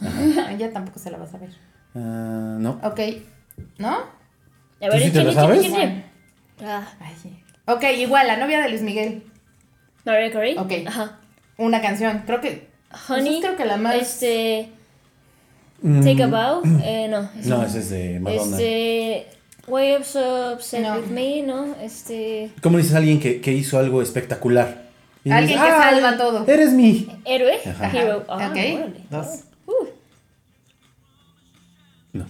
Speaker 2: Ella tampoco se la va a saber.
Speaker 1: Ah, no.
Speaker 2: Ok. ¿No?
Speaker 3: A
Speaker 1: ¿Tú sí te
Speaker 3: échale,
Speaker 1: la
Speaker 3: échale,
Speaker 1: sabes?
Speaker 3: échale. Ah,
Speaker 2: Ay, sí. Ok, igual, la novia de Luis Miguel.
Speaker 3: Mariah Carey.
Speaker 2: Ok.
Speaker 3: Ajá.
Speaker 2: Una canción. Creo que. Pues
Speaker 3: Honey.
Speaker 2: es creo que la más-
Speaker 3: Este.
Speaker 1: Mm,
Speaker 3: Take a bow. Eh, no.
Speaker 1: No, ese es de Madonna.
Speaker 3: Este. Way up so upset
Speaker 2: No.
Speaker 3: with me, ¿no? Este.
Speaker 1: ¿Cómo le dices a alguien que, que hizo algo espectacular? Y "Ah,
Speaker 2: Alguien que salva todo.
Speaker 1: Eres mi.
Speaker 3: Héroe.
Speaker 1: Ajá.
Speaker 2: Ajá.
Speaker 3: Hero. Ah,
Speaker 2: ok.
Speaker 3: órale.
Speaker 2: Dos.
Speaker 3: Uh,
Speaker 1: No.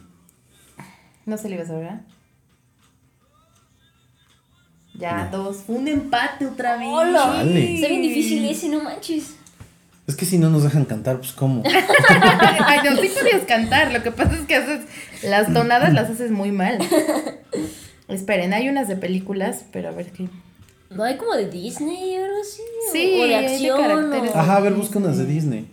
Speaker 2: No se le iba a saber, ¿verdad? Ya, dos. Un empate otra vez.
Speaker 3: Hola.
Speaker 1: Chale.
Speaker 3: Está bien difícil ese, no manches.
Speaker 1: Es que si no nos dejan cantar, pues cómo.
Speaker 2: Ay, no, sí podías cantar. Lo que pasa es que haces. Las tonadas las haces muy mal. Esperen, hay unas de películas, pero a ver qué.
Speaker 3: No hay como de Disney o algo así. o-
Speaker 2: Sí,
Speaker 3: O de
Speaker 2: hay de
Speaker 3: acción.
Speaker 2: caracteres.
Speaker 3: o-
Speaker 1: Ajá, a ver, busca unas de Disney.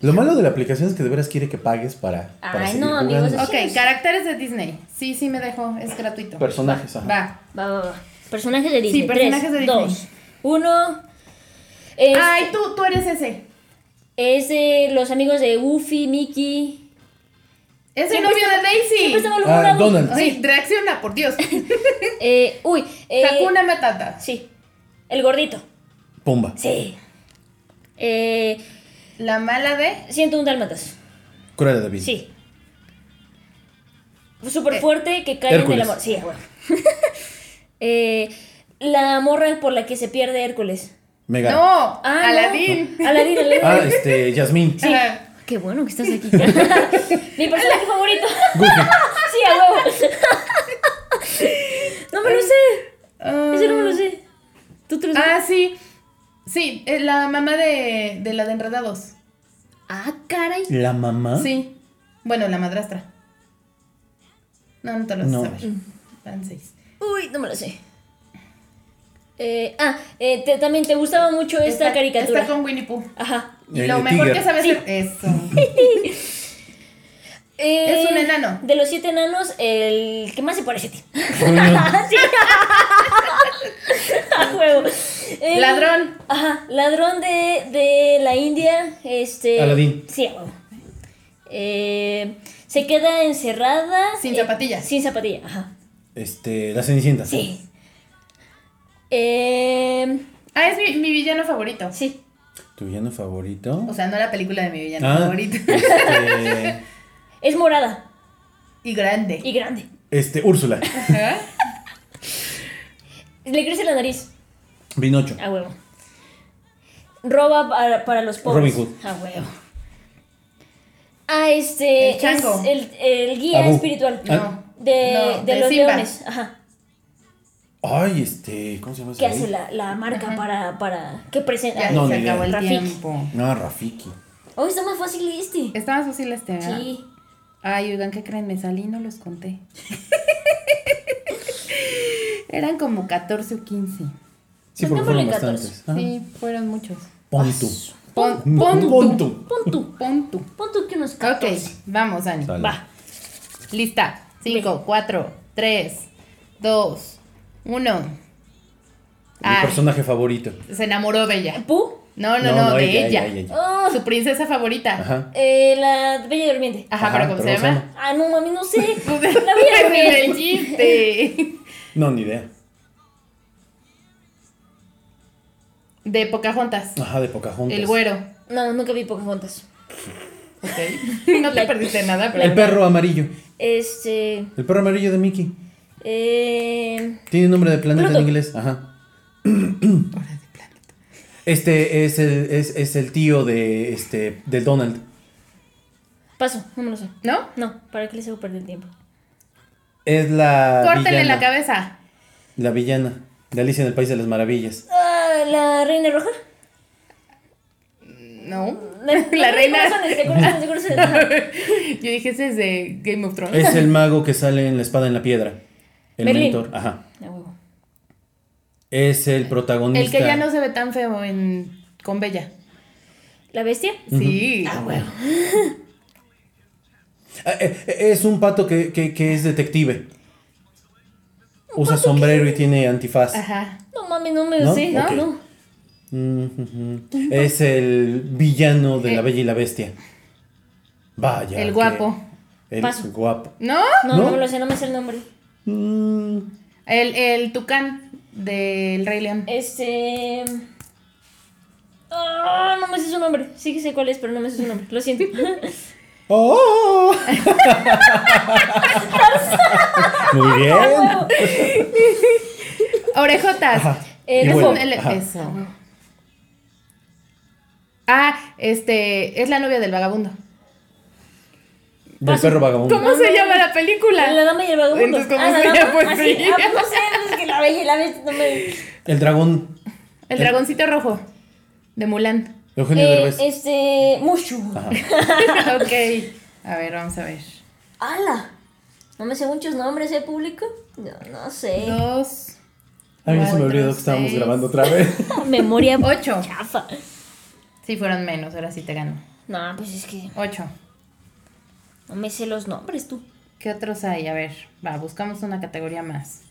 Speaker 1: Lo malo de la aplicación es que de veras quiere que pagues para. para
Speaker 3: Ay,
Speaker 1: seguir
Speaker 3: no, amigos,
Speaker 1: jugando.
Speaker 3: es-
Speaker 2: Ok, caracteres de Disney. Sí, sí me dejó. Es gratuito.
Speaker 1: Ah, Personajes, ajá.
Speaker 2: Va.
Speaker 3: Va, va, va. Personajes de Disney.
Speaker 2: personajes de
Speaker 3: Tres,
Speaker 2: Disney.
Speaker 3: Dos. Uno. Es,
Speaker 2: Ay, tú, tú eres ese.
Speaker 3: es de los amigos de Goofy, Mickey.
Speaker 2: Es el
Speaker 3: Siempre
Speaker 2: novio de
Speaker 3: estaba- Siempre
Speaker 2: Daisy.
Speaker 3: estaba
Speaker 1: Ah,
Speaker 3: logrado.
Speaker 1: Donald.
Speaker 2: Ay, reacciona, por Dios.
Speaker 3: Eh, uy. eh,
Speaker 2: Hakuna Matata.
Speaker 3: Sí. El gordito.
Speaker 1: Pumba.
Speaker 3: Sí. Eh,
Speaker 2: La mala de.
Speaker 3: 101 dálmatas.
Speaker 1: Cruella de Vil.
Speaker 3: Sí. Súper
Speaker 2: Eh,
Speaker 3: fuerte que cae en
Speaker 1: Hércules.
Speaker 3: el amor. Sí, ah, bueno. eh, la morra por la que se pierde Hércules.
Speaker 1: Mega.
Speaker 2: No,
Speaker 3: Ah, no.
Speaker 2: Aladín.
Speaker 3: Aladín, Aladín.
Speaker 1: Ah, este, Yasmín.
Speaker 3: Sí.
Speaker 2: Ajá.
Speaker 3: Qué bueno que estás aquí. Mi personaje favorito. sí, a huevo. no me lo sé. Ese no me lo sé. Tú te lo sabes.
Speaker 2: Ah, sí. Sí, eh, la mamá de, de la de Enredados.
Speaker 3: Ah, caray.
Speaker 1: La
Speaker 3: ¿Ah?
Speaker 1: mamá.
Speaker 2: Sí. Bueno, la madrastra. No, no te lo vas
Speaker 1: No.
Speaker 2: a saber.
Speaker 3: Mm.
Speaker 2: Van seis.
Speaker 3: Uy, no me lo sé. Eh, ah, eh, te- también te gustaba mucho esta,
Speaker 2: Está-
Speaker 3: caricatura.
Speaker 2: Está con Winnie Pooh.
Speaker 3: Ajá.
Speaker 2: Y
Speaker 1: El
Speaker 2: lo mejor
Speaker 1: tigre.
Speaker 2: que sabes
Speaker 3: Sí.
Speaker 2: es eso.
Speaker 3: Eh,
Speaker 2: Es un enano.
Speaker 3: De los siete enanos, el que más se parece a ti. sí. a huevo. El-
Speaker 2: Ladrón.
Speaker 3: Ajá, ladrón de, de la India, este...
Speaker 1: Aladín.
Speaker 3: Sí, a huevo. Eh, se queda encerrada...
Speaker 2: Sin
Speaker 3: eh,
Speaker 2: zapatillas.
Speaker 3: sin zapatilla, ajá.
Speaker 1: Este, la Cenicienta.
Speaker 3: Sí. Eh,
Speaker 2: Ah, es mi, mi villano favorito.
Speaker 3: sí.
Speaker 1: ¿Tu villano favorito?
Speaker 2: O sea, no la película de mi villano
Speaker 1: Ah,
Speaker 2: favorito.
Speaker 1: Este,
Speaker 3: Es morada
Speaker 2: Y grande.
Speaker 3: y grande.
Speaker 1: este, Úrsula.
Speaker 2: Ajá.
Speaker 3: Le crece la nariz,
Speaker 1: Pinocho.
Speaker 3: a huevo. Roba para, para los pobres.
Speaker 1: Robin Hood.
Speaker 3: A huevo. Ah, este...
Speaker 2: El chango.
Speaker 3: es el, el guía
Speaker 1: Abu.
Speaker 3: espiritual.
Speaker 1: Ah.
Speaker 3: De,
Speaker 2: No,
Speaker 3: de
Speaker 2: de
Speaker 3: los
Speaker 2: Simba.
Speaker 3: leones, ajá.
Speaker 2: Ah.
Speaker 1: Ay, este, ¿cómo se llama ese
Speaker 3: que
Speaker 1: güey?
Speaker 3: hace la, la marca para, para que presenta.
Speaker 2: Ya
Speaker 1: No,
Speaker 2: se
Speaker 1: ni idea.
Speaker 2: acabó el
Speaker 3: Rafiki.
Speaker 2: tiempo.
Speaker 1: No, Rafiki.
Speaker 3: Hoy está más fácil este.
Speaker 2: Está más fácil este, ¿verdad?
Speaker 3: Sí.
Speaker 2: Ay, oigan, ¿qué creen? Me salí y no los conté. Eran como 14 o 15.
Speaker 1: Sí, porque
Speaker 3: Pongámosle
Speaker 1: fueron
Speaker 3: 14.
Speaker 1: bastantes. Ajá.
Speaker 2: Sí, fueron muchos.
Speaker 1: Pontu.
Speaker 2: Pon,
Speaker 1: Pontu.
Speaker 2: pon,
Speaker 1: Pontu.
Speaker 3: Pon tú.
Speaker 2: pon tú.
Speaker 3: Pon tú que unos
Speaker 2: Ok,
Speaker 3: 14.
Speaker 2: vamos, Ani.
Speaker 1: Sale.
Speaker 3: Va.
Speaker 2: Lista. 5, 4, 3, 2, 1.
Speaker 1: Mi personaje favorito.
Speaker 2: se enamoró Bella.
Speaker 3: Pu.
Speaker 2: No, no, no, de ella.
Speaker 3: Oh,
Speaker 2: Su princesa favorita. Ajá,
Speaker 1: Ajá.
Speaker 3: eh, la Bella Durmiente.
Speaker 1: Ajá,
Speaker 2: Ah. pero ¿cómo se
Speaker 1: pero
Speaker 2: llama?
Speaker 3: Ah, no, mami, no sé. La Bella
Speaker 2: Ese es el
Speaker 3: Durmiente.
Speaker 2: chiste.
Speaker 1: No, ni idea.
Speaker 2: De Pocahontas.
Speaker 1: Ajá, de Pocahontas.
Speaker 2: El güero.
Speaker 3: No, nunca vi Pocahontas.
Speaker 2: Ok. No te perdiste nada, pero.
Speaker 1: El perro amarillo.
Speaker 3: Este.
Speaker 1: El perro amarillo de Mickey.
Speaker 3: Eh,
Speaker 1: Tiene nombre de planeta
Speaker 3: Pluto.
Speaker 1: en inglés. Ajá. Este es el, es, es el tío de, este, de Donald.
Speaker 3: paso, no me lo sé.
Speaker 2: ¿No?
Speaker 3: No, ¿para qué les hago perder el tiempo?
Speaker 1: Es la.
Speaker 2: Córtenle
Speaker 1: villana,
Speaker 2: la cabeza.
Speaker 1: La villana. De Alicia en el País de las Maravillas.
Speaker 3: Ah, ¿La reina roja?
Speaker 2: No.
Speaker 3: La,
Speaker 2: La reina.
Speaker 3: De corazones, de corazones, de corazones.
Speaker 2: Yo dije, ese es de Game of Thrones.
Speaker 1: Es el mago que sale en la espada en la piedra. El
Speaker 3: Merlín.
Speaker 1: mentor. Ajá.
Speaker 3: Ah, huevo.
Speaker 1: Es el protagonista.
Speaker 2: El que ya no se ve tan feo en con Bella.
Speaker 3: ¿La bestia?
Speaker 2: Sí.
Speaker 1: Ah, eh, eh, Es un pato que, que- que es detective. Usa sombrero y tiene antifaz.
Speaker 2: Ajá.
Speaker 3: No mames, no me lo
Speaker 1: ¿No?
Speaker 3: sé. No,
Speaker 1: Ok.
Speaker 3: no.
Speaker 1: Mm, ujú. Es el villano de La
Speaker 2: Eh.
Speaker 1: Bella y la Bestia. Vaya.
Speaker 2: El
Speaker 1: que-
Speaker 2: guapo.
Speaker 1: El
Speaker 3: Paso.
Speaker 1: guapo.
Speaker 2: ¿No?
Speaker 3: No,
Speaker 1: ¿No?
Speaker 3: no me lo sé, no me sé el nombre.
Speaker 1: Mm,
Speaker 2: El, el tucán del Rey León.
Speaker 3: Este. Ah, no me sé su nombre. Sí que sé cuál es, pero no me sé su nombre. Lo siento.
Speaker 1: ¡Oh! Muy bien.
Speaker 2: Orejotas.
Speaker 1: Ajá.
Speaker 3: Eh,
Speaker 1: Y
Speaker 2: Es
Speaker 1: vuela.
Speaker 2: un ele-
Speaker 1: Ajá.
Speaker 2: eso. Ah, este, es la novia del vagabundo.
Speaker 1: Del perro vagabundo.
Speaker 2: ¿Cómo se llama la película?
Speaker 3: La dama y el vagabundo.
Speaker 2: Entonces, ¿cómo
Speaker 3: ah, la
Speaker 2: se
Speaker 3: dama.
Speaker 2: llama? Pues,
Speaker 3: Ah,
Speaker 2: sí.
Speaker 3: sí. Ah, pues, no sé, es que la bella y la bestia no me.
Speaker 1: El dragón.
Speaker 2: El dragoncito rojo de Mulan.
Speaker 1: Eugenio
Speaker 3: Eh,
Speaker 1: Derbez.
Speaker 3: este. Mushu.
Speaker 1: Ajá.
Speaker 2: ok. A ver, vamos a ver.
Speaker 3: ¡Hala! No me sé muchos nombres, ¿eh, público? No, no sé.
Speaker 2: Dos,
Speaker 1: A mí se me
Speaker 2: cuatro,
Speaker 1: olvidó que estábamos
Speaker 2: seis.
Speaker 1: grabando otra vez.
Speaker 3: Memoria
Speaker 2: ocho.
Speaker 3: chafa.
Speaker 2: Sí, fueron menos, ahora sí te gano.
Speaker 3: No, pues es que
Speaker 2: Ocho.
Speaker 3: no me sé los nombres, tú.
Speaker 2: ¿Qué otros hay? A ver, va, buscamos una categoría más.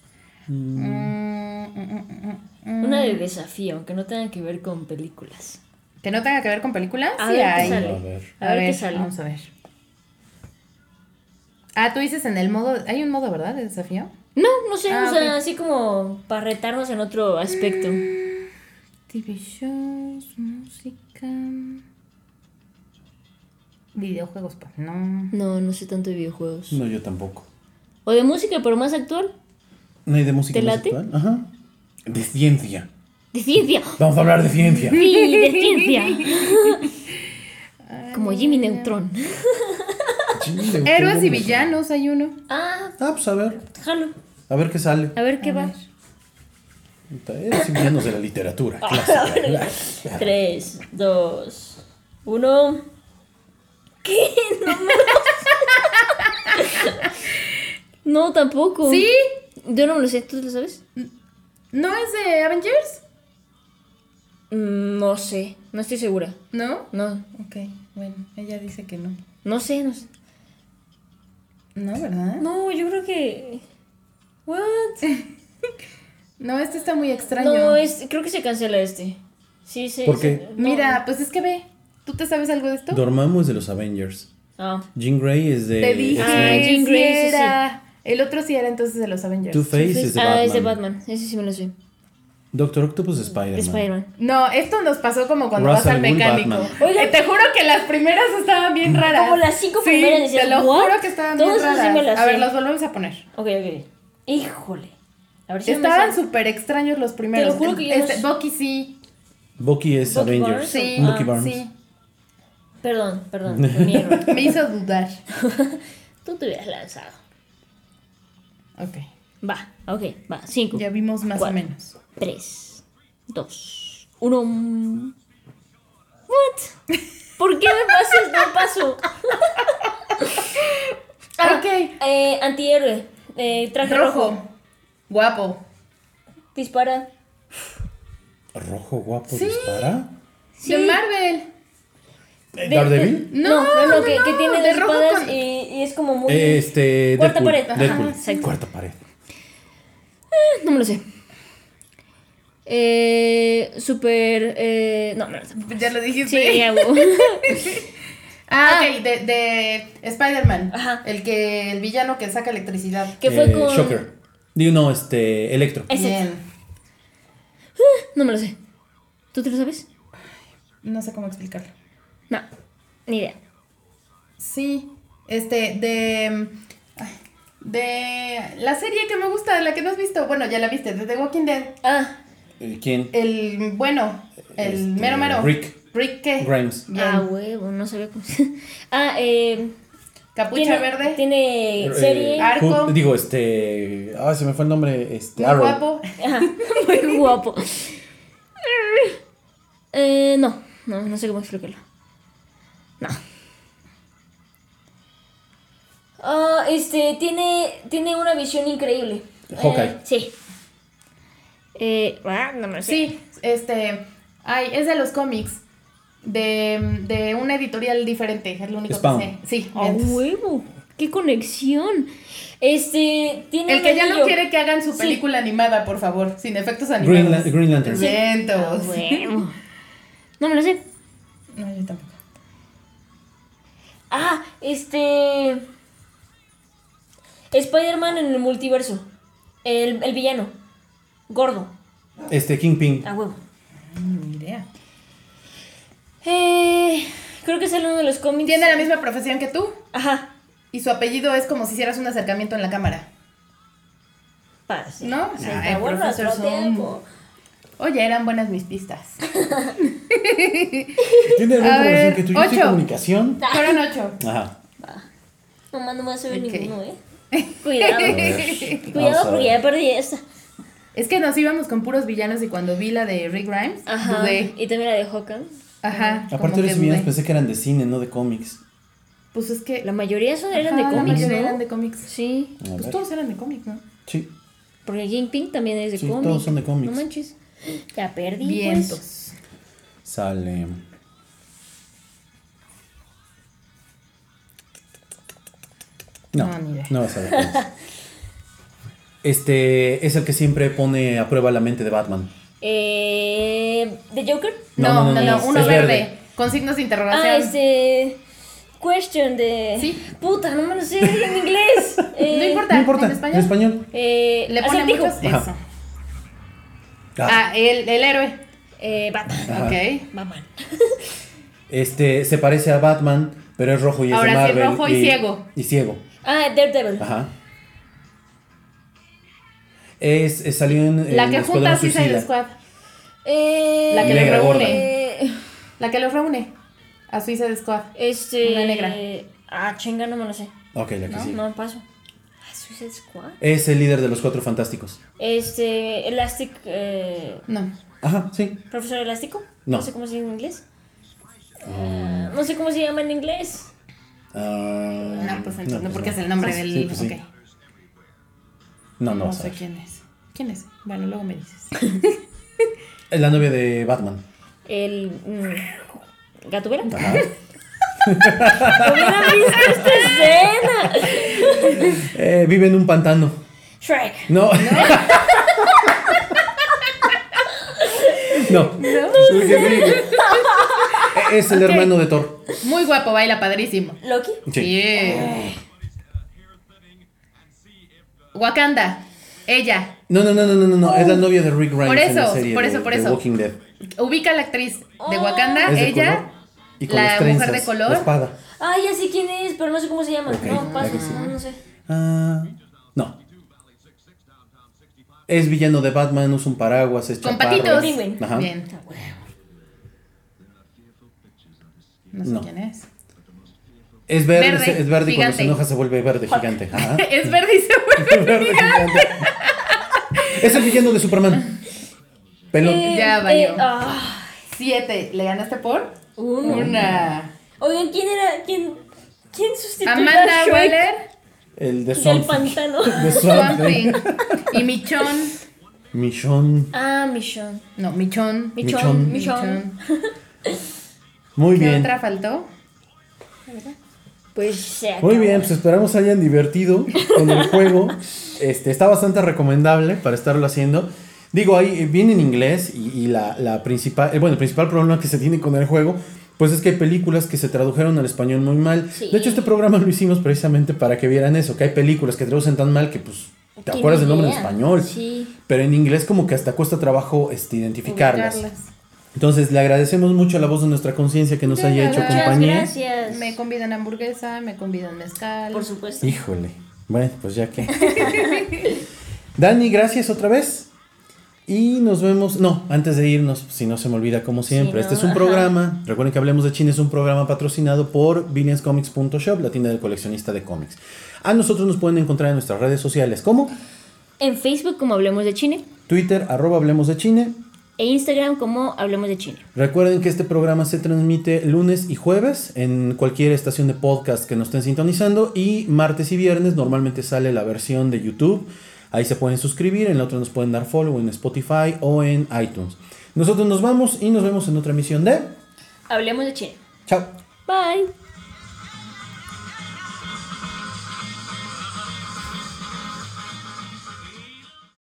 Speaker 2: Mm, mm, mm, mm, mm.
Speaker 3: Una de desafío, aunque no tenga que ver con películas.
Speaker 2: ¿Que no tenga que ver con películas?
Speaker 3: A
Speaker 2: sí,
Speaker 3: ver qué
Speaker 2: hay.
Speaker 3: sale.
Speaker 1: A ver.
Speaker 2: A, ver, vamos a ver. Ah, tú dices en el modo. Hay un modo, ¿verdad? De desafío.
Speaker 3: No, no sé,
Speaker 2: Ah,
Speaker 3: o sea,
Speaker 2: ok.
Speaker 3: así como para retarnos en otro aspecto.
Speaker 2: TV shows, música. Videojuegos, pues no.
Speaker 3: No, no sé tanto de videojuegos.
Speaker 1: No, yo tampoco.
Speaker 3: O de música, pero más actual.
Speaker 1: ¿No hay de música
Speaker 3: ¿Te
Speaker 1: más
Speaker 3: late?
Speaker 1: actual? Ajá. De ciencia.
Speaker 3: De ciencia.
Speaker 1: Vamos a hablar de ciencia.
Speaker 3: Sí, de ciencia. como Jimmy Neutron.
Speaker 1: Ah, Chile,
Speaker 2: Héroes
Speaker 1: qué
Speaker 2: y
Speaker 1: bueno.
Speaker 2: villanos, hay uno.
Speaker 3: Ah,
Speaker 1: Ah, pues a ver.
Speaker 3: jalo.
Speaker 1: A ver qué sale.
Speaker 3: A ver qué va.
Speaker 1: Héroes y villanos de la literatura. Clásica.
Speaker 3: Ah, Tres, dos, uno. ¿Qué? No me No, tampoco.
Speaker 2: ¿Sí?
Speaker 3: Yo no me lo sé, ¿tú lo sabes?
Speaker 2: ¿No es de Avengers?
Speaker 3: Mm, No sé, no estoy segura.
Speaker 2: ¿No?
Speaker 3: No,
Speaker 2: Ok, bueno, ella dice que no.
Speaker 3: no sé, no sé.
Speaker 2: No, ¿verdad?
Speaker 3: No, yo creo que. ¿What?
Speaker 2: No, este está muy extraño.
Speaker 3: No, es, creo que se cancela este. Sí, sí.
Speaker 1: ¿Por
Speaker 3: sí.
Speaker 1: qué?
Speaker 3: No.
Speaker 2: Mira, pues es que ve. ¿Tú te sabes algo de esto?
Speaker 1: Dormamos de los Avengers.
Speaker 3: Ah.
Speaker 1: Jean Grey es de.
Speaker 2: Te dije.
Speaker 3: Ah, Jean
Speaker 2: sí
Speaker 3: Grey, sí, sí.
Speaker 2: era. El otro sí era entonces de los Avengers.
Speaker 1: Two Face es de Batman.
Speaker 3: ah, es de Batman. Ese sí me lo sé.
Speaker 1: Doctor Octopus es Spider-Man.
Speaker 3: De Spider-Man.
Speaker 2: No, esto nos pasó como cuando vas
Speaker 1: Russell
Speaker 2: al
Speaker 1: Bull
Speaker 2: mecánico.
Speaker 1: Batman.
Speaker 3: Oiga.
Speaker 2: Eh, te juro que las primeras estaban bien raras.
Speaker 3: Como las cinco
Speaker 2: Sí,
Speaker 3: primeras
Speaker 2: Te
Speaker 3: decías,
Speaker 2: lo
Speaker 3: "What?".
Speaker 2: juro que estaban
Speaker 3: Todas
Speaker 2: bien
Speaker 3: esas sí
Speaker 2: raras.
Speaker 3: me las
Speaker 2: a ver,
Speaker 3: sé.
Speaker 2: los volvemos a poner.
Speaker 3: Ok, ok. Híjole. A ver si no me
Speaker 2: Estaban
Speaker 3: sale.
Speaker 2: súper extraños los primeros.
Speaker 3: juro que yo no
Speaker 2: Este,
Speaker 3: sé.
Speaker 2: Bucky sí.
Speaker 1: Bucky es
Speaker 3: Bucky
Speaker 1: Avengers.
Speaker 3: Barnes,
Speaker 2: Sí.
Speaker 3: Ah,
Speaker 1: Bucky Barnes.
Speaker 2: Sí.
Speaker 3: Perdón, perdón. fue mi error.
Speaker 2: Me hizo dudar.
Speaker 3: Tú te hubieras lanzado.
Speaker 2: Ok.
Speaker 3: Va, ok, va. Cinco.
Speaker 2: Ya vimos más
Speaker 3: Cuatro.
Speaker 2: o menos.
Speaker 3: Tres, dos, uno. What? ¿Por qué me pasas? No paso. Ah,
Speaker 2: Ok.
Speaker 3: Eh, antihéroe. Eh, traje rojo.
Speaker 2: Ah, Rojo. Guapo.
Speaker 3: Dispara.
Speaker 1: Rojo guapo dispara.
Speaker 2: De Marvel.
Speaker 1: Eh,
Speaker 3: De-
Speaker 1: Daredevil.
Speaker 2: No,
Speaker 3: No, no,
Speaker 2: no,
Speaker 3: que, que
Speaker 2: no,
Speaker 3: tiene
Speaker 2: de
Speaker 3: dos
Speaker 2: rojo
Speaker 3: espadas
Speaker 2: con-
Speaker 3: y, y es como muy.
Speaker 1: Este.
Speaker 3: Cuarta
Speaker 1: Deadpool.
Speaker 3: pared. Ajá,
Speaker 1: Deadpool.
Speaker 3: exacto.
Speaker 1: Cuarta pared.
Speaker 3: No me lo sé. Eh, super. Eh, no, no, tampoco.
Speaker 2: Ya lo dijiste.
Speaker 3: Sí, ya, huevo.
Speaker 2: Ah, ok, de, de Spider-Man.
Speaker 3: Ajá.
Speaker 2: El que el villano que saca electricidad.
Speaker 3: Que fue
Speaker 1: Eh,
Speaker 3: con.
Speaker 1: Shocker. Digo, no, este. Electro.
Speaker 3: Ese.
Speaker 2: Bien.
Speaker 3: No me lo sé. ¿Tú te lo sabes?
Speaker 2: No sé cómo explicarlo.
Speaker 3: No, ni idea.
Speaker 2: Sí, este, de. ay, De la serie que me gusta, de la que no has visto. Bueno, ya la viste, de The Walking Dead.
Speaker 3: Ah,
Speaker 1: Eh, ¿Quién?
Speaker 2: El bueno, el
Speaker 1: Este,
Speaker 2: mero mero.
Speaker 1: Rick.
Speaker 2: Rick, ¿qué?
Speaker 1: Grimes.
Speaker 2: Bien.
Speaker 3: ah, huevo, no sabía cómo se Ah, eh.
Speaker 2: Capucha
Speaker 3: tiene,
Speaker 2: verde.
Speaker 3: Tiene
Speaker 1: Eh,
Speaker 3: serie.
Speaker 2: ah, Arco.
Speaker 1: Hood- digo, este. Ah, se me fue el nombre. Este,
Speaker 2: muy
Speaker 1: Arrow.
Speaker 2: guapo.
Speaker 3: Ajá, muy guapo. Eh, no, no, no sé cómo explicarlo. No. Ah, este, tiene, tiene una visión increíble.
Speaker 1: Hawkeye.
Speaker 3: Eh, sí. Eh, ah, no me lo sé.
Speaker 2: Sí, este. Ay, es de los cómics. De, de una editorial diferente, es lo único
Speaker 1: Spawn.
Speaker 2: que sé. Sí,
Speaker 3: ¡A
Speaker 2: entonces,
Speaker 3: huevo! ¡Qué conexión! Este, tiene
Speaker 2: El
Speaker 3: un
Speaker 2: que ya no
Speaker 3: anillo.
Speaker 2: quiere que hagan su
Speaker 3: Sí.
Speaker 2: película animada, por favor, sin efectos
Speaker 1: Green,
Speaker 2: animados.
Speaker 1: Lan- Green Lantern.
Speaker 3: ¡A
Speaker 2: Vientos.
Speaker 3: huevo! No me lo sé.
Speaker 2: No, yo tampoco.
Speaker 3: Ah, este. Spider-Man en el multiverso. El, el villano. Gordo.
Speaker 1: Este, Kingpin.
Speaker 3: A huevo.
Speaker 2: Ni idea.
Speaker 3: Eh, creo que es el uno de los cómics.
Speaker 2: Tiene la misma profesión que tú
Speaker 3: Ajá.
Speaker 2: y su apellido es como si hicieras un acercamiento en la cámara.
Speaker 3: Pase.
Speaker 2: ¿No?
Speaker 3: Se
Speaker 2: Ay,
Speaker 3: acabó
Speaker 2: profesor
Speaker 3: nuestro
Speaker 2: Zoom.
Speaker 3: tiempo.
Speaker 2: Oye, eran buenas mis pistas.
Speaker 1: ¿Tiene alguna
Speaker 2: A
Speaker 1: relación
Speaker 2: ver,
Speaker 1: que tú yo soy
Speaker 2: ocho.
Speaker 1: comunicación?
Speaker 2: Fueron ocho.
Speaker 1: Ajá.
Speaker 3: Mamá, no me va a subir
Speaker 2: Ok.
Speaker 3: ninguno, ¿eh? Cuidado.
Speaker 1: A ver, vamos
Speaker 3: Cuidado
Speaker 1: a
Speaker 3: porque
Speaker 1: ver.
Speaker 3: ya perdí esta.
Speaker 2: Es que nos íbamos con puros villanos y cuando vi la de Rick Grimes,
Speaker 3: Ajá.
Speaker 2: dudé.
Speaker 3: Y también la de Hawkeye.
Speaker 2: Ajá. como
Speaker 1: Aparte de
Speaker 2: que
Speaker 1: los
Speaker 2: dudé.
Speaker 1: villanos pensé que eran de cine, no de cómics.
Speaker 2: Pues es que.
Speaker 3: La mayoría son, eran
Speaker 2: Ajá,
Speaker 3: de
Speaker 2: La
Speaker 3: cómics, ¿no?
Speaker 2: mayoría eran de cómics.
Speaker 3: Sí.
Speaker 1: A
Speaker 2: Pues
Speaker 1: ver.
Speaker 2: todos eran de cómics, ¿no?
Speaker 1: Sí.
Speaker 3: Porque Kingpin también es de
Speaker 1: Sí,
Speaker 3: cómics.
Speaker 1: todos son de cómics.
Speaker 3: No manches. Ya perdí. pues.
Speaker 2: Vientos.
Speaker 1: Sale. No,
Speaker 2: No, Ah, ni idea.
Speaker 1: no vas a ver. cuál es. Este es el que siempre pone a prueba la mente de Batman.
Speaker 3: Eh, ¿De Joker?
Speaker 1: No,
Speaker 2: No,
Speaker 1: no,
Speaker 2: no, no,
Speaker 1: no, no,
Speaker 2: uno
Speaker 1: es
Speaker 2: verde.
Speaker 1: verde.
Speaker 2: Con signos de interrogación.
Speaker 3: Ah, este. Question de.
Speaker 2: Sí.
Speaker 3: Puta, no me lo sé en inglés. Eh,
Speaker 2: No importa,
Speaker 1: No importa,
Speaker 2: en español.
Speaker 3: Eh,
Speaker 2: Le pone
Speaker 3: acertijo.
Speaker 2: muchos.
Speaker 1: Ajá.
Speaker 2: Eso.
Speaker 1: Ah,
Speaker 2: Ah, el, el héroe.
Speaker 3: Eh, Batman.
Speaker 1: Ajá.
Speaker 2: Ok.
Speaker 3: Batman.
Speaker 1: Este se parece a Batman, pero es rojo y es
Speaker 2: Ahora
Speaker 1: de
Speaker 2: sí,
Speaker 1: Marvel.
Speaker 2: rojo y ciego.
Speaker 1: Y ciego.
Speaker 3: Ah, Daredevil.
Speaker 1: Ajá. Es, es- salió en
Speaker 2: La
Speaker 1: en
Speaker 2: que
Speaker 1: Escuadrón
Speaker 2: junta a Suicide
Speaker 1: Suicida.
Speaker 2: Squad.
Speaker 3: Eh,
Speaker 2: La que
Speaker 1: Negra
Speaker 2: los
Speaker 1: gorda.
Speaker 2: reúne.
Speaker 3: eh,
Speaker 2: La que los reúne. A Suicide Squad.
Speaker 3: este.
Speaker 2: Una negra.
Speaker 3: Ah, chinga, no me lo sé.
Speaker 1: Ok, la que
Speaker 3: No,
Speaker 1: sigue.
Speaker 3: no paso. Ah, Suicide Squad.
Speaker 1: Es el líder de los cuatro fantásticos.
Speaker 3: Este. Elastic. Eh,
Speaker 2: No.
Speaker 1: Ajá, sí.
Speaker 3: Profesor Elástico.
Speaker 1: No.
Speaker 3: No sé cómo se llama en inglés. Ah, no sé cómo se llama en inglés.
Speaker 1: Ah,
Speaker 2: No, pues entonces, no,
Speaker 1: pues
Speaker 2: porque
Speaker 1: no.
Speaker 2: es el nombre
Speaker 1: Sí,
Speaker 2: del.
Speaker 1: sí, pues sí.
Speaker 2: ok.
Speaker 1: No, no,
Speaker 2: No,
Speaker 1: vas a
Speaker 2: sé
Speaker 1: ver.
Speaker 2: quién es. ¿Quién es? Bueno, luego me dices.
Speaker 1: Es la novia de Batman.
Speaker 3: El. mm, Gatubela.
Speaker 1: Ajá.
Speaker 3: Hubiera visto esta escena.
Speaker 1: Eh, vive en un pantano.
Speaker 3: Shrek.
Speaker 1: No. No. El que sigue. Es el hermano de Thor.
Speaker 2: Muy guapo, baila padrísimo.
Speaker 3: Loki.
Speaker 1: Sí.
Speaker 2: Yeah. Wakanda. Ella.
Speaker 1: No, no, no, no, no, no, no. Es la novia de Rick Grimes
Speaker 2: Oh. Por
Speaker 1: en la
Speaker 2: eso,
Speaker 1: serie
Speaker 2: por
Speaker 1: de-
Speaker 2: eso, por
Speaker 1: de
Speaker 2: eso.
Speaker 1: Walking Dead.
Speaker 2: Ubica a la actriz de
Speaker 3: Oh.
Speaker 2: Wakanda.
Speaker 1: Es de color
Speaker 2: ella.
Speaker 1: y con
Speaker 2: la
Speaker 1: las
Speaker 2: mujer
Speaker 1: trenzas,
Speaker 2: de color.
Speaker 1: la espada.
Speaker 3: Ah, ya sé quién es, pero no sé cómo se llama.
Speaker 1: Ok,
Speaker 3: No,
Speaker 1: la
Speaker 3: paso.
Speaker 1: que sigue.
Speaker 3: No, no sé.
Speaker 1: Ah, no. Es villano de Batman, usa un paraguas, es
Speaker 2: Con
Speaker 1: chaparro.
Speaker 2: patitos.
Speaker 3: Penguin.
Speaker 1: Ajá.
Speaker 2: Bien.
Speaker 3: Ah, huevo.
Speaker 2: No sé
Speaker 1: No.
Speaker 2: quién es.
Speaker 1: Es verde,
Speaker 2: Verde,
Speaker 1: se- es verde y cuando se
Speaker 2: gigante.
Speaker 1: enoja se vuelve verde gigante. Ajá.
Speaker 2: es verde y se vuelve.
Speaker 1: Verde gigante. Es el villano de Superman. Pelón.
Speaker 3: Eh,
Speaker 2: Ya
Speaker 3: eh,
Speaker 2: valió.
Speaker 3: ah,
Speaker 2: Siete. ¿Le ganaste por?
Speaker 3: uno.
Speaker 2: Una.
Speaker 3: Oigan, ¿quién era? ¿Quién, quién sustituyó a
Speaker 2: Amanda
Speaker 3: Shrek
Speaker 2: Waller.
Speaker 1: el de
Speaker 3: del
Speaker 1: Swamp.
Speaker 3: pantano?
Speaker 1: De Swamp.
Speaker 2: Swamp Thing. Y Michon.
Speaker 1: Michonne.
Speaker 3: Ah, Michonne.
Speaker 2: No, Michon.
Speaker 1: Michonne.
Speaker 3: Michonne. Michonne.
Speaker 1: Muy
Speaker 2: ¿Qué
Speaker 1: bien.
Speaker 2: otra faltó?
Speaker 3: Pues se acabó.
Speaker 1: Muy bien, pues esperamos se hayan divertido con el juego. Este, está bastante recomendable para estarlo haciendo. Digo, ahí eh, viene en inglés y, y la, la principal, eh, bueno, el principal problema que se tiene con el juego, pues es que hay películas que se tradujeron al español muy mal.
Speaker 3: Sí.
Speaker 1: De hecho, este programa lo hicimos precisamente para que vieran eso, que hay películas que traducen tan mal que pues te
Speaker 3: Qué
Speaker 1: acuerdas del nombre en
Speaker 3: idea.
Speaker 1: español.
Speaker 3: Sí.
Speaker 1: Pero en inglés como que hasta cuesta trabajo este, identificarlas.
Speaker 2: Ubicarlas.
Speaker 1: Entonces le agradecemos mucho a la voz de nuestra conciencia que nos haya hecho
Speaker 3: Muchas
Speaker 1: compañía.
Speaker 3: gracias.
Speaker 2: Me convidan a hamburguesa, me convidan mezcal.
Speaker 3: Por supuesto.
Speaker 1: Híjole. Bueno, pues ya que. Dani, gracias otra vez. Y nos vemos. No, antes de irnos, si no se me olvida como siempre.
Speaker 3: Si no,
Speaker 1: este es un
Speaker 3: ajá.
Speaker 1: programa. Recuerden que Hablemos de China es un programa patrocinado por VillainsComics.shop, la tienda del coleccionista de cómics. A nosotros nos pueden encontrar en nuestras redes sociales como
Speaker 3: En Facebook como Hablemos de Chile
Speaker 1: Twitter, arroba Hablemos de China.
Speaker 3: e Instagram como Hablemos de Chile.
Speaker 1: Recuerden que este programa se transmite lunes y jueves en cualquier estación de podcast que nos estén sintonizando y martes y viernes normalmente sale la versión de YouTube. Ahí se pueden suscribir, en la otra nos pueden dar follow en Spotify o en iTunes. Nosotros nos vamos y nos vemos en otra emisión de...
Speaker 3: Hablemos de Chile.
Speaker 1: Chao.
Speaker 3: Bye.